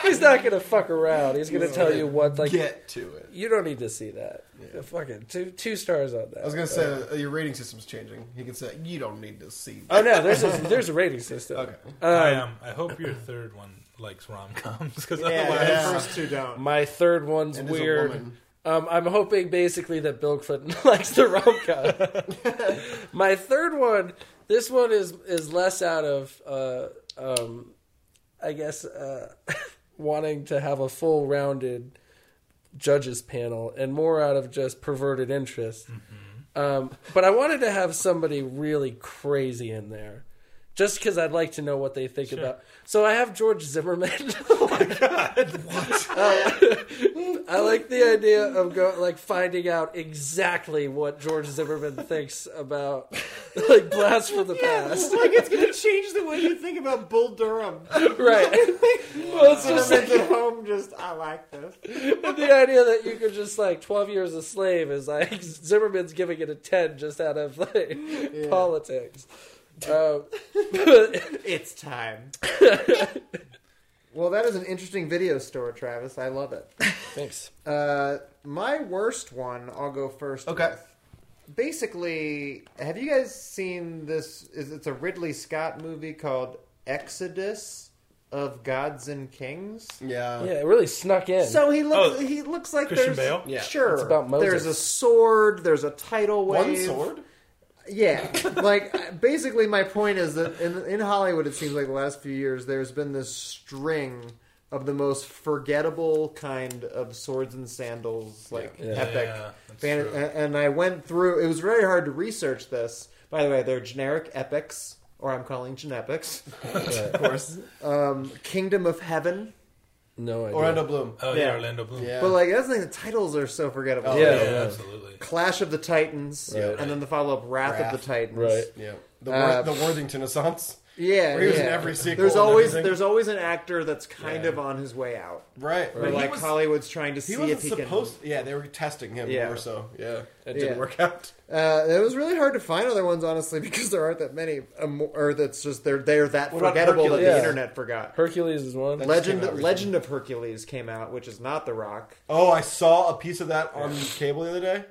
Speaker 3: he's not gonna fuck around. He's gonna tell you what like
Speaker 1: Get to it.
Speaker 3: you don't need to see that. Fucking two two stars on that.
Speaker 1: I was going to say, uh, your rating system's changing. He can say, you don't need to see that.
Speaker 3: Oh no, there's a, there's a rating system.
Speaker 1: Okay.
Speaker 4: I, um, I hope your third one likes rom coms because otherwise.
Speaker 1: yeah.
Speaker 2: the first two don't.
Speaker 3: My third one's
Speaker 1: And is a
Speaker 3: weird.
Speaker 1: woman.
Speaker 3: Um, I'm hoping basically that Bill Clinton (laughs) likes the rom com.
Speaker 1: (laughs)
Speaker 3: My third one, this one is is less out of, uh, um, I guess, uh, (laughs) wanting to have a full rounded judges panel and more out of just perverted Mm-hmm. interest. Um, but I wanted to have somebody really crazy in there just because I'd like to know what they think
Speaker 4: Sure.
Speaker 3: about. So I have George Zimmerman. (laughs) oh my god! Uh, (laughs) I like the idea of go, like finding out exactly what George Zimmerman thinks about (laughs) like Blast from the Past.
Speaker 2: like it's gonna change the way you think about Bull (laughs) Durham.
Speaker 3: Right. (laughs) Well, it's
Speaker 1: (laughs)
Speaker 3: just (laughs) like,
Speaker 2: Zimmerman's at home, just I like this.
Speaker 3: the idea that you could just like Twelve Years a Slave is like (laughs) Zimmerman's giving it a ten just out of like
Speaker 1: (laughs)
Speaker 3: politics. Um,
Speaker 2: It's time. (laughs) well, that is an interesting video store, Travis. I love it.
Speaker 3: thanks.
Speaker 2: Uh, my worst one, I'll go first.
Speaker 1: Okay.
Speaker 2: with. Basically, have you guys seen this? Is it's a Ridley Scott movie called Exodus of Gods and Kings?
Speaker 1: Yeah.
Speaker 3: (laughs) Yeah, it really snuck in.
Speaker 2: So he looks.
Speaker 4: Oh,
Speaker 2: he looks like
Speaker 4: Christian
Speaker 2: there's
Speaker 4: Bale?
Speaker 1: Yeah,
Speaker 2: sure.
Speaker 3: it's about Moses.
Speaker 2: There's a sword. There's a tidal wave.
Speaker 1: One sword?
Speaker 2: Yeah, like basically, my point is that in, in Hollywood, it seems like the last few years there's been this string of the most forgettable kind of swords and sandals, like
Speaker 3: Yeah.
Speaker 2: epic.
Speaker 4: Yeah, that's
Speaker 2: fan-
Speaker 1: uh,
Speaker 4: true.
Speaker 2: a- and I went through. It was very hard to research this. By the way, they're generic epics, or I'm calling genepics.
Speaker 1: (laughs) Of (laughs) course.
Speaker 2: Um, Kingdom of Heaven,
Speaker 3: no idea.
Speaker 1: Orlando Bloom.
Speaker 4: Oh yeah,
Speaker 2: Yeah.
Speaker 4: Orlando Bloom.
Speaker 1: Yeah.
Speaker 2: but like that's the thing. The titles are so forgettable.
Speaker 1: Oh,
Speaker 4: Yeah,
Speaker 3: Yeah.
Speaker 4: (laughs) absolutely.
Speaker 2: Clash of the Titans,
Speaker 3: Right.
Speaker 2: and then the follow up Wrath, of
Speaker 1: Wrath.
Speaker 2: the Titans.
Speaker 3: Right.
Speaker 1: Yeah. The,
Speaker 2: Uh,
Speaker 1: Wor- the Worthington Assaunts.
Speaker 2: Yeah,
Speaker 1: Where he was in
Speaker 2: yeah.
Speaker 1: every sequel
Speaker 2: There's
Speaker 1: and
Speaker 2: always
Speaker 1: everything.
Speaker 2: there's always an actor that's kind
Speaker 1: Yeah.
Speaker 2: of on his way out.
Speaker 1: Right.
Speaker 2: Or
Speaker 1: But
Speaker 2: like
Speaker 1: was,
Speaker 2: Hollywood's trying to
Speaker 1: he
Speaker 2: see if
Speaker 1: wasn't
Speaker 2: he
Speaker 1: supposed Yeah, they were testing him
Speaker 2: Yeah.
Speaker 1: more so. Yeah. It
Speaker 2: Yeah.
Speaker 1: didn't work out.
Speaker 2: can. Uh, it was really hard to find other ones, honestly, (laughs) because there aren't that many, um, or that's just they're they're that
Speaker 1: What about
Speaker 2: forgettable that the
Speaker 3: Hercules?
Speaker 2: internet forgot.
Speaker 3: Hercules is one.
Speaker 1: That's-
Speaker 2: Legend
Speaker 1: Just came out
Speaker 2: Legend of Hercules came out, which is not The Rock.
Speaker 1: Oh, I saw a piece of that on cable the other day.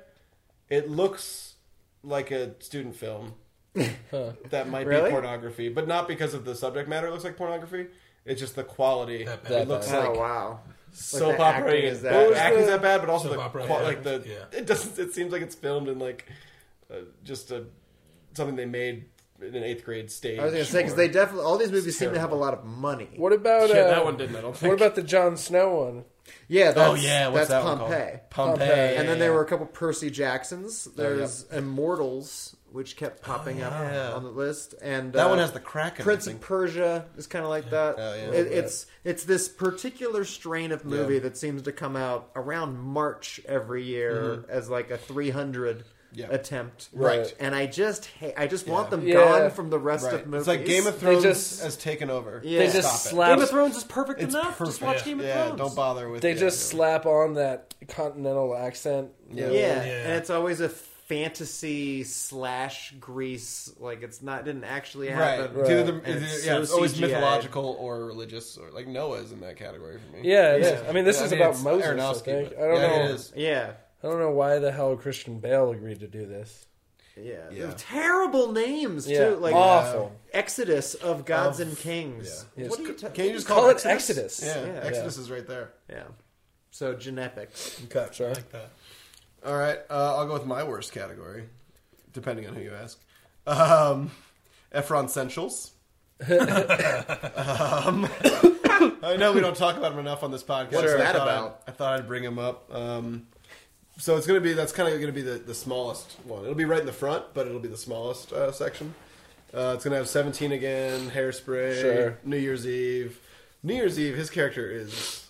Speaker 1: It looks like a student (laughs) film that might
Speaker 2: Really?
Speaker 1: be pornography, but not because of the subject matter. It looks like pornography. It's just the quality.
Speaker 4: That bad.
Speaker 1: it looks
Speaker 2: Oh
Speaker 1: like
Speaker 2: wow!
Speaker 1: soap
Speaker 2: the
Speaker 1: opera.
Speaker 2: acting
Speaker 1: Acting
Speaker 2: is
Speaker 1: is
Speaker 2: that
Speaker 1: that,
Speaker 2: bad.
Speaker 1: acting's that bad, but also
Speaker 4: Soap
Speaker 1: the
Speaker 4: opera,
Speaker 1: qua-
Speaker 4: yeah.
Speaker 1: like the
Speaker 4: Yeah.
Speaker 1: it doesn't. It seems like it's filmed in like uh, just a something they made in an eighth grade stage.
Speaker 2: I was gonna say because
Speaker 1: or-
Speaker 2: they definitely all these movies seem to have a
Speaker 1: terrible.
Speaker 2: lot of money.
Speaker 3: what about
Speaker 1: yeah,
Speaker 3: uh,
Speaker 1: that one didn't. I don't think.
Speaker 3: What about the Jon Snow one?
Speaker 2: Yeah, that's,
Speaker 1: oh yeah, what's that
Speaker 2: that's
Speaker 1: one called?
Speaker 2: Pompeii.
Speaker 1: Pompeii.
Speaker 3: Pompeii.
Speaker 2: and then there were a couple Percy Jacksons.
Speaker 1: Oh,
Speaker 2: There's Immortals, which kept popping
Speaker 1: yeah.
Speaker 2: up on the list, and
Speaker 1: that
Speaker 2: uh,
Speaker 1: one has the crack. in it, I
Speaker 2: Prince of
Speaker 1: think.
Speaker 2: Persia is kind of like that.
Speaker 1: Oh, yeah.
Speaker 2: It- it's it's this particular strain of movie
Speaker 1: Yeah.
Speaker 2: that seems to come out around March every year as like a 300
Speaker 1: Mm-hmm. Yeah.
Speaker 2: attempt,
Speaker 1: Right.
Speaker 2: And I just ha- I just want them
Speaker 3: Yeah.
Speaker 2: gone from the rest
Speaker 1: Right.
Speaker 2: of movies.
Speaker 1: It's like Game of Thrones
Speaker 3: just-
Speaker 1: has taken over.
Speaker 2: Yeah.
Speaker 3: They just
Speaker 1: Stop it.
Speaker 3: slap.
Speaker 2: Game of Thrones is perfect
Speaker 1: It's
Speaker 2: enough.
Speaker 1: perfect.
Speaker 2: Just watch
Speaker 4: Yeah.
Speaker 2: Game of
Speaker 1: yeah,
Speaker 2: Thrones.
Speaker 1: don't bother with.
Speaker 3: They
Speaker 1: yeah,
Speaker 3: just slap on that continental accent.
Speaker 1: Yeah.
Speaker 2: Yeah.
Speaker 4: Yeah.
Speaker 2: and it's always a fantasy slash Greece. Like it's not didn't actually
Speaker 1: Right.
Speaker 2: happen.
Speaker 1: It's either the-
Speaker 2: And
Speaker 1: it's-
Speaker 2: it's
Speaker 1: yeah,
Speaker 2: so
Speaker 1: it's always
Speaker 2: CGI.
Speaker 1: mythological or religious, or like Noah is in that category for me.
Speaker 3: Yeah, it is.
Speaker 2: Yeah.
Speaker 3: I mean, this
Speaker 1: Yeah,
Speaker 3: is
Speaker 1: I mean,
Speaker 3: about
Speaker 1: it's
Speaker 3: Moses. I
Speaker 1: Aronofsky,
Speaker 3: think.
Speaker 1: but-
Speaker 3: I don't
Speaker 1: yeah,
Speaker 3: know.
Speaker 1: It is.
Speaker 2: Yeah,
Speaker 3: I don't know why the hell Christian Bale agreed to do this.
Speaker 2: yeah.
Speaker 1: Yeah.
Speaker 2: They're Terrible names
Speaker 3: Yeah,
Speaker 2: too. Like
Speaker 3: awful.
Speaker 2: Exodus of Gods and Kings.
Speaker 1: yeah.
Speaker 2: What are you ta-
Speaker 1: Can you just
Speaker 3: Call
Speaker 1: call,
Speaker 3: it Exodus.
Speaker 1: Yeah,
Speaker 2: Yeah.
Speaker 1: Exodus is right there.
Speaker 2: Yeah. So genetics.
Speaker 1: Okay.
Speaker 3: Sure.
Speaker 4: I like that.
Speaker 1: All right, uh, I'll go with my worst category, depending on who you ask. Um, Efron Essentials. um, I know we don't talk about him enough on this podcast.
Speaker 2: What's
Speaker 1: so I
Speaker 2: that
Speaker 1: thought I'd-
Speaker 2: about?
Speaker 1: I thought I'd bring him up. Um, so it's gonna be that's kind of gonna be the, the smallest one. It'll be right in the front, but it'll be the smallest uh, section. Uh, it's gonna have Seventeen again, Hairspray,
Speaker 3: Sure.
Speaker 1: New Year's Eve. New Year's Eve, his character is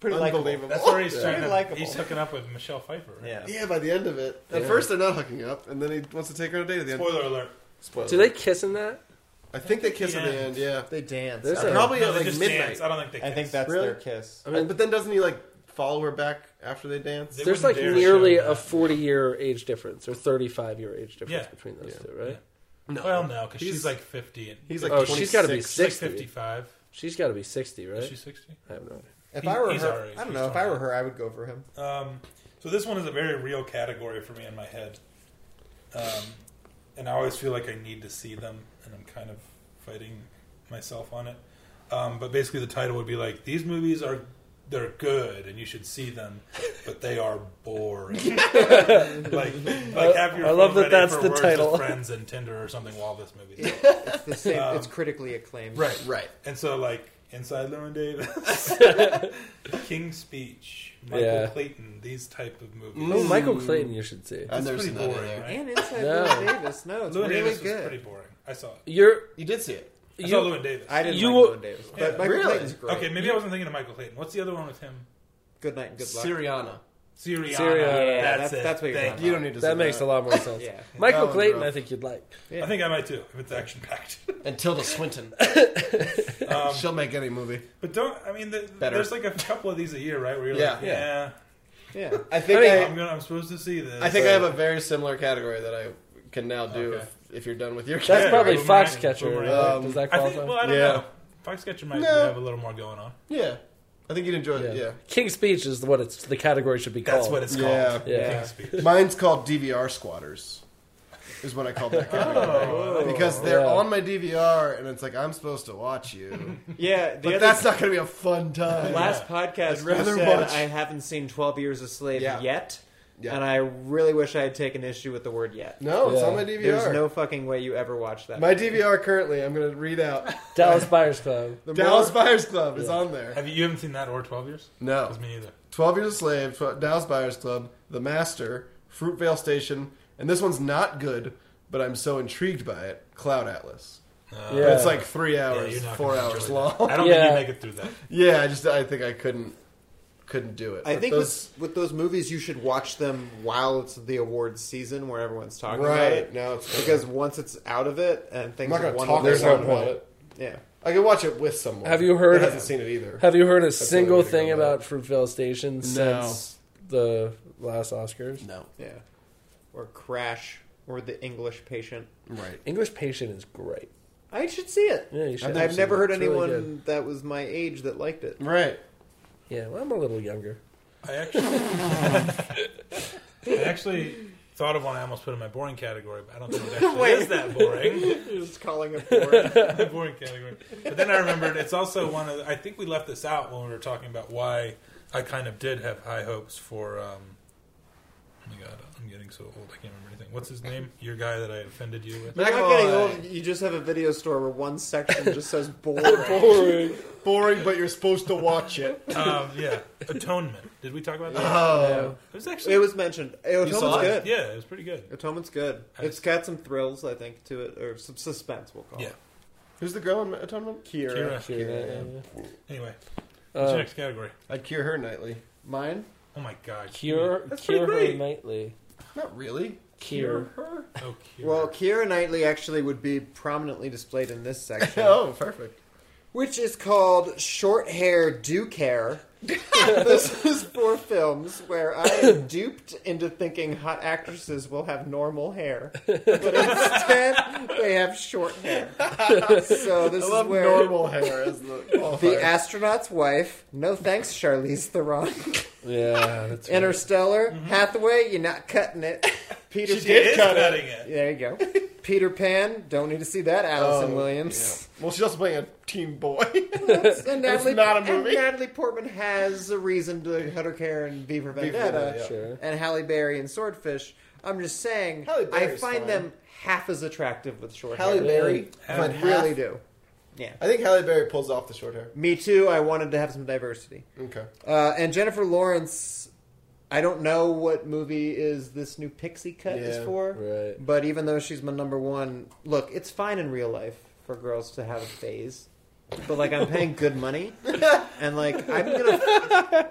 Speaker 2: Pretty likable.
Speaker 1: unbelievable.
Speaker 4: That's where he's
Speaker 2: Yeah.
Speaker 4: trying to.
Speaker 2: Pretty likable.
Speaker 4: He's hooking up with Michelle Pfeiffer. right?
Speaker 2: Yeah.
Speaker 1: Yeah, by the end of it. At
Speaker 3: Yeah.
Speaker 1: first, they're not hooking up, and then he wants to take her on a date at the end.
Speaker 4: Spoiler alert.
Speaker 1: Spoiler.
Speaker 3: Do they kiss in that?
Speaker 1: I think they kiss at the
Speaker 4: Yeah.
Speaker 1: end. Yeah.
Speaker 2: They dance.
Speaker 3: There's
Speaker 2: I
Speaker 3: a-
Speaker 1: Probably at
Speaker 4: No, they
Speaker 1: Oh, like
Speaker 4: just
Speaker 1: midnight.
Speaker 4: dance. I don't think they.
Speaker 2: I think
Speaker 4: kiss.
Speaker 2: that's
Speaker 1: Really?
Speaker 2: their kiss.
Speaker 3: I mean,
Speaker 1: but then doesn't he like follow her back after they dance?
Speaker 4: They
Speaker 3: there's like
Speaker 4: wouldn't dare
Speaker 3: nearly
Speaker 4: show
Speaker 3: a
Speaker 4: that.
Speaker 3: 40 year age difference or 35 year age difference
Speaker 4: Yeah.
Speaker 3: between those
Speaker 1: Yeah.
Speaker 3: two, right?
Speaker 1: no.
Speaker 4: Well, no, because
Speaker 1: He's-
Speaker 4: she's like fifty. And,
Speaker 1: He's like
Speaker 3: Oh,
Speaker 1: 26.
Speaker 3: she's got to be
Speaker 4: she's like
Speaker 3: 60.
Speaker 4: fifty-five.
Speaker 3: She's got to be 60, right?
Speaker 4: Is she sixty?
Speaker 3: I have no idea.
Speaker 2: If
Speaker 4: He-
Speaker 2: I were
Speaker 4: he's
Speaker 2: her,
Speaker 4: already-
Speaker 2: I don't
Speaker 4: he's
Speaker 2: know. If
Speaker 4: fine.
Speaker 2: I were her, I would go for him.
Speaker 4: Um, so this one is a very real category for me in my head, um, and I always feel like I need to see them, and I'm kind of fighting myself on it. Um, but basically, the title would be like, "These movies are they're good, and you should see them, but they are boring."
Speaker 3: (laughs)
Speaker 4: like, like have your
Speaker 3: I love that
Speaker 4: phone ready
Speaker 3: that's
Speaker 4: for
Speaker 3: the
Speaker 4: words
Speaker 3: title.
Speaker 4: with friends and Tinder or something while this movie's on.
Speaker 2: (laughs) It's the same.
Speaker 4: Um,
Speaker 2: it's critically acclaimed.
Speaker 4: right,
Speaker 1: Right.
Speaker 4: and so, like, Inside Llewyn Davis,
Speaker 3: (laughs)
Speaker 4: King's Speech, Michael
Speaker 3: Yeah.
Speaker 4: Clayton, these type of movies.
Speaker 3: Oh, Michael Clayton, you should see.
Speaker 1: I've
Speaker 4: That's
Speaker 1: never
Speaker 4: pretty
Speaker 1: seen that
Speaker 4: boring,
Speaker 1: either.
Speaker 4: right?
Speaker 2: And inside
Speaker 3: No.
Speaker 2: Louis Davis. No, it's
Speaker 4: Llewyn
Speaker 2: really
Speaker 4: Davis was
Speaker 2: good.
Speaker 4: pretty boring. I saw it.
Speaker 3: You're
Speaker 1: You did see it.
Speaker 4: I
Speaker 3: you,
Speaker 4: saw Llewyn Davis.
Speaker 2: I didn't
Speaker 3: You
Speaker 2: like
Speaker 3: will-
Speaker 2: Llewyn Davis, but
Speaker 4: Yeah.
Speaker 2: Michael
Speaker 1: Really?
Speaker 2: Clayton's great.
Speaker 4: Okay, maybe I wasn't thinking of Michael Clayton. What's the other one with him?
Speaker 2: Good night and good luck.
Speaker 1: Syriana.
Speaker 4: Syriana.
Speaker 3: Syriana. Yeah,
Speaker 4: that's,
Speaker 2: that's-
Speaker 4: it.
Speaker 2: that's what you're
Speaker 4: Thank
Speaker 2: talking
Speaker 1: You don't need to. see
Speaker 3: that makes a lot more sense.
Speaker 2: Yeah.
Speaker 3: Michael
Speaker 1: Alan
Speaker 3: Clayton,
Speaker 1: Grove.
Speaker 3: I think you'd like.
Speaker 4: I think I might too if it's action (laughs) packed.
Speaker 1: And Tilda Swinton.
Speaker 4: Um,
Speaker 1: She'll make any movie.
Speaker 4: but don't. I mean, the,
Speaker 1: Better.
Speaker 4: there's like a couple of these a year, right? Where you're like,
Speaker 1: Yeah.
Speaker 4: yeah,
Speaker 2: Yeah.
Speaker 1: I think
Speaker 3: I
Speaker 1: I,
Speaker 4: I'm gonna, I'm supposed to see this.
Speaker 1: I think I have a very similar category that I can now do
Speaker 4: Okay.
Speaker 1: if, if you're done with your
Speaker 3: That's
Speaker 1: category.
Speaker 4: Yeah,
Speaker 3: probably
Speaker 4: Boomerang.
Speaker 3: Foxcatcher.
Speaker 4: Boomerang.
Speaker 3: right?
Speaker 1: Um,
Speaker 3: Does that
Speaker 4: I
Speaker 3: qualify?
Speaker 4: think. Well, I don't
Speaker 1: Yeah.
Speaker 4: know. Foxcatcher might
Speaker 1: No.
Speaker 4: have a little more going on.
Speaker 1: yeah, I think you'd enjoy
Speaker 3: yeah.
Speaker 1: it. Yeah.
Speaker 3: King's Speech is what it's the category should be called.
Speaker 4: That's what it's called.
Speaker 1: Yeah.
Speaker 3: Oh, Yeah.
Speaker 4: King's (laughs) Speech.
Speaker 1: Mine's called DVR squatters, is what I call that category.
Speaker 4: Oh.
Speaker 1: because they're
Speaker 3: Yeah.
Speaker 1: on my DVR, and it's like I'm supposed to watch you,
Speaker 2: (laughs) Yeah, the
Speaker 1: but
Speaker 2: other
Speaker 1: that's not going to be a fun time.
Speaker 2: last podcast
Speaker 1: I'd
Speaker 2: you
Speaker 1: rather
Speaker 2: said
Speaker 1: watch-
Speaker 2: I haven't seen 12 Years a Slave
Speaker 1: Yeah.
Speaker 2: yet,
Speaker 1: Yeah.
Speaker 2: and I really wish I had taken issue with the word yet.
Speaker 1: no, it's
Speaker 3: Yeah.
Speaker 1: on my DVR.
Speaker 2: There's no fucking way you ever watched that.
Speaker 1: my DVR currently. I'm going to read out
Speaker 3: Dallas Buyers Club.
Speaker 1: the Dallas
Speaker 2: Dallas
Speaker 1: Buyers Club is
Speaker 3: Yeah.
Speaker 1: on there.
Speaker 4: Have you, you haven't seen that or Twelve Years?
Speaker 1: No,
Speaker 4: Because me either.
Speaker 1: Twelve Years a Slave, tw- Dallas Buyers Club, The Master, Fruitvale Station, and this one's not good, but I'm so intrigued by it. Cloud Atlas.
Speaker 4: Uh,
Speaker 3: Yeah.
Speaker 1: It's like three
Speaker 4: yeah,
Speaker 1: hours,
Speaker 4: you're not
Speaker 1: four
Speaker 4: gonna
Speaker 1: hours
Speaker 4: enjoy
Speaker 1: long.
Speaker 4: that. I don't
Speaker 3: Yeah.
Speaker 4: think you make it through that.
Speaker 1: (laughs) Yeah, I just I think I couldn't couldn't do it.
Speaker 2: I
Speaker 1: But
Speaker 2: think
Speaker 1: those,
Speaker 2: with, with those movies, you should watch them while it's the awards season where everyone's talking about
Speaker 1: right
Speaker 2: it.
Speaker 1: now it's
Speaker 2: Because once it's out of it and
Speaker 1: I'm
Speaker 2: things
Speaker 1: not
Speaker 2: are
Speaker 1: gonna
Speaker 2: one
Speaker 1: talk
Speaker 2: way
Speaker 1: to
Speaker 2: or
Speaker 1: someone
Speaker 2: another-
Speaker 1: about it.
Speaker 2: Yeah.
Speaker 1: I can watch it with someone.
Speaker 3: Have you heard-
Speaker 1: That hasn't seen it either.
Speaker 3: Have you heard a
Speaker 1: the
Speaker 3: single
Speaker 1: way to go
Speaker 3: thing
Speaker 1: about
Speaker 3: about Fruitvale Station since the last Oscars?
Speaker 1: No,
Speaker 2: Yeah. Or Crash or The English Patient.
Speaker 1: right?
Speaker 3: English Patient is great.
Speaker 2: I should see it.
Speaker 3: Yeah, you should.
Speaker 2: I've, never
Speaker 3: It's
Speaker 2: heard
Speaker 3: really
Speaker 2: anyone
Speaker 3: good.
Speaker 2: that was my age that
Speaker 1: (laughs)
Speaker 2: liked it.
Speaker 1: Right.
Speaker 3: Yeah, well, I'm a little younger.
Speaker 4: I actually, I actually thought of one I almost put in my boring category, but I don't think it actually
Speaker 2: Wait.
Speaker 4: is that boring. (laughs)
Speaker 2: Just calling (laughs) it for
Speaker 4: my boring category. But then I remembered it's also one of. The, I think we left this out when we were talking about why I kind of did have high hopes for. Um, oh my god, I'm getting so old. I can't remember anything. What's his name? Your guy that I offended you with.
Speaker 2: You're not
Speaker 1: Macaulay.
Speaker 2: getting old. You just have a video store where one section just says boring.
Speaker 3: (laughs) Boring.
Speaker 1: Boring, but you're supposed to watch it.
Speaker 4: Um, yeah, Atonement. Did we talk about that?
Speaker 3: Uh,
Speaker 1: Oh,
Speaker 4: it was actually.
Speaker 2: Uh, It was mentioned. Atonement's
Speaker 1: saw it?
Speaker 2: good.
Speaker 4: yeah, it was pretty good.
Speaker 2: Atonement's good.
Speaker 4: I-
Speaker 2: It's got some thrills, I think, to it, or some suspense, we'll call
Speaker 4: Yeah.
Speaker 2: it.
Speaker 1: (laughs) who's the girl in Atonement?
Speaker 2: Kira.
Speaker 4: Kira.
Speaker 3: Sure, yeah,
Speaker 4: Anyway,
Speaker 3: yeah.
Speaker 4: what's
Speaker 3: Uh,
Speaker 4: your next category?
Speaker 1: I'd cure her nightly.
Speaker 2: Mine?
Speaker 4: Oh my god,
Speaker 3: Cure,
Speaker 4: That's
Speaker 3: cure her
Speaker 4: pretty great.
Speaker 3: nightly.
Speaker 1: Not really.
Speaker 3: Cure.
Speaker 2: her?
Speaker 4: Oh, Kira.
Speaker 2: Well, Kira Knightley actually would be prominently displayed in this section,
Speaker 1: (laughs) oh, perfect.
Speaker 2: which is called Short Hair
Speaker 1: (laughs)
Speaker 2: Do Care. this is four films where I am duped into thinking hot actresses will have normal hair, but instead they have short hair. So this
Speaker 1: I
Speaker 2: is
Speaker 1: love
Speaker 2: where
Speaker 1: normal hair as the
Speaker 2: the
Speaker 1: qualifier.
Speaker 2: astronaut's wife. No thanks, Charlize Theron.
Speaker 3: Yeah, that's right.
Speaker 2: Interstellar.
Speaker 1: Mm-hmm.
Speaker 2: Hathaway, you're not cutting
Speaker 1: (laughs)
Speaker 2: it. Peter
Speaker 4: she is cutting it.
Speaker 2: There you go. Peter Pan. Don't need to see that. Allison
Speaker 1: Oh,
Speaker 2: Williams.
Speaker 1: Well, she's also playing a teen boy. (laughs)
Speaker 2: And
Speaker 1: It's
Speaker 2: Natalie,
Speaker 1: not a
Speaker 2: and
Speaker 1: movie.
Speaker 2: Natalie Portman has a reason to cut her hair in V for
Speaker 1: for
Speaker 2: Vendetta.
Speaker 1: Vendetta,
Speaker 3: Sure.
Speaker 2: And Halle Berry and Swordfish. I'm just saying,
Speaker 1: Halle
Speaker 2: I
Speaker 1: Berry's
Speaker 2: find
Speaker 1: fine.
Speaker 2: them half as attractive with short
Speaker 1: Halle
Speaker 2: hair.
Speaker 1: Berry.
Speaker 4: Yeah.
Speaker 1: but
Speaker 2: I
Speaker 1: half-
Speaker 2: really do. Yeah.
Speaker 1: I think Halle Berry pulls off the short hair.
Speaker 2: Me too. I wanted to have some diversity.
Speaker 1: Okay.
Speaker 2: Uh, and Jennifer Lawrence. I don't know what movie is this new Pixie cut
Speaker 1: Yeah,
Speaker 2: is for.
Speaker 3: right.
Speaker 2: But even though she's my number one, look, it's fine in real life for girls to have a phase. But like, I'm paying good
Speaker 4: (laughs)
Speaker 2: money, and like, I'm gonna,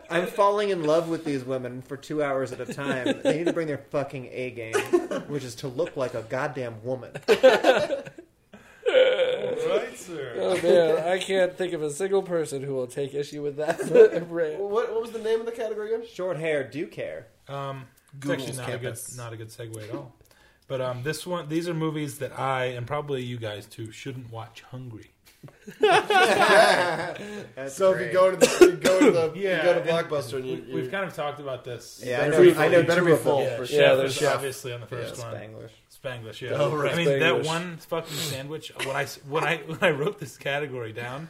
Speaker 2: I'm falling in love with these women for two hours at a time. They need to bring their fucking A game, which is to look like a goddamn woman.
Speaker 4: Right, sir.
Speaker 3: Oh man, I can't think of a single person who will take issue with that. rant.
Speaker 1: What, what was the name of the category again?
Speaker 2: Short hair, do care.
Speaker 4: Um, it's
Speaker 1: Google's
Speaker 4: actually not
Speaker 1: campus.
Speaker 4: a good not a good segue at all. But um, this one, these are movies that I and probably you guys too shouldn't watch hungry.
Speaker 2: That's
Speaker 1: So if
Speaker 2: great.
Speaker 1: you go to the, you go to the,
Speaker 4: Yeah,
Speaker 1: you go to
Speaker 4: and
Speaker 1: Blockbuster and you, you
Speaker 4: We've kind of talked about this.
Speaker 2: yeah, I
Speaker 1: better be
Speaker 2: know,
Speaker 1: full.
Speaker 2: I know
Speaker 1: You better
Speaker 2: two
Speaker 1: be
Speaker 2: of them.
Speaker 1: full.
Speaker 4: yeah,
Speaker 1: for
Speaker 4: Chef
Speaker 3: sure.
Speaker 4: was
Speaker 1: Chef.
Speaker 4: obviously on the
Speaker 2: Yeah,
Speaker 4: first one.
Speaker 2: Spanglish.
Speaker 4: Spanglish, yeah.
Speaker 1: Oh, right.
Speaker 4: I mean that
Speaker 3: Spanglish.
Speaker 4: one fucking sandwich. When I s- when I (laughs) when I wrote this category down,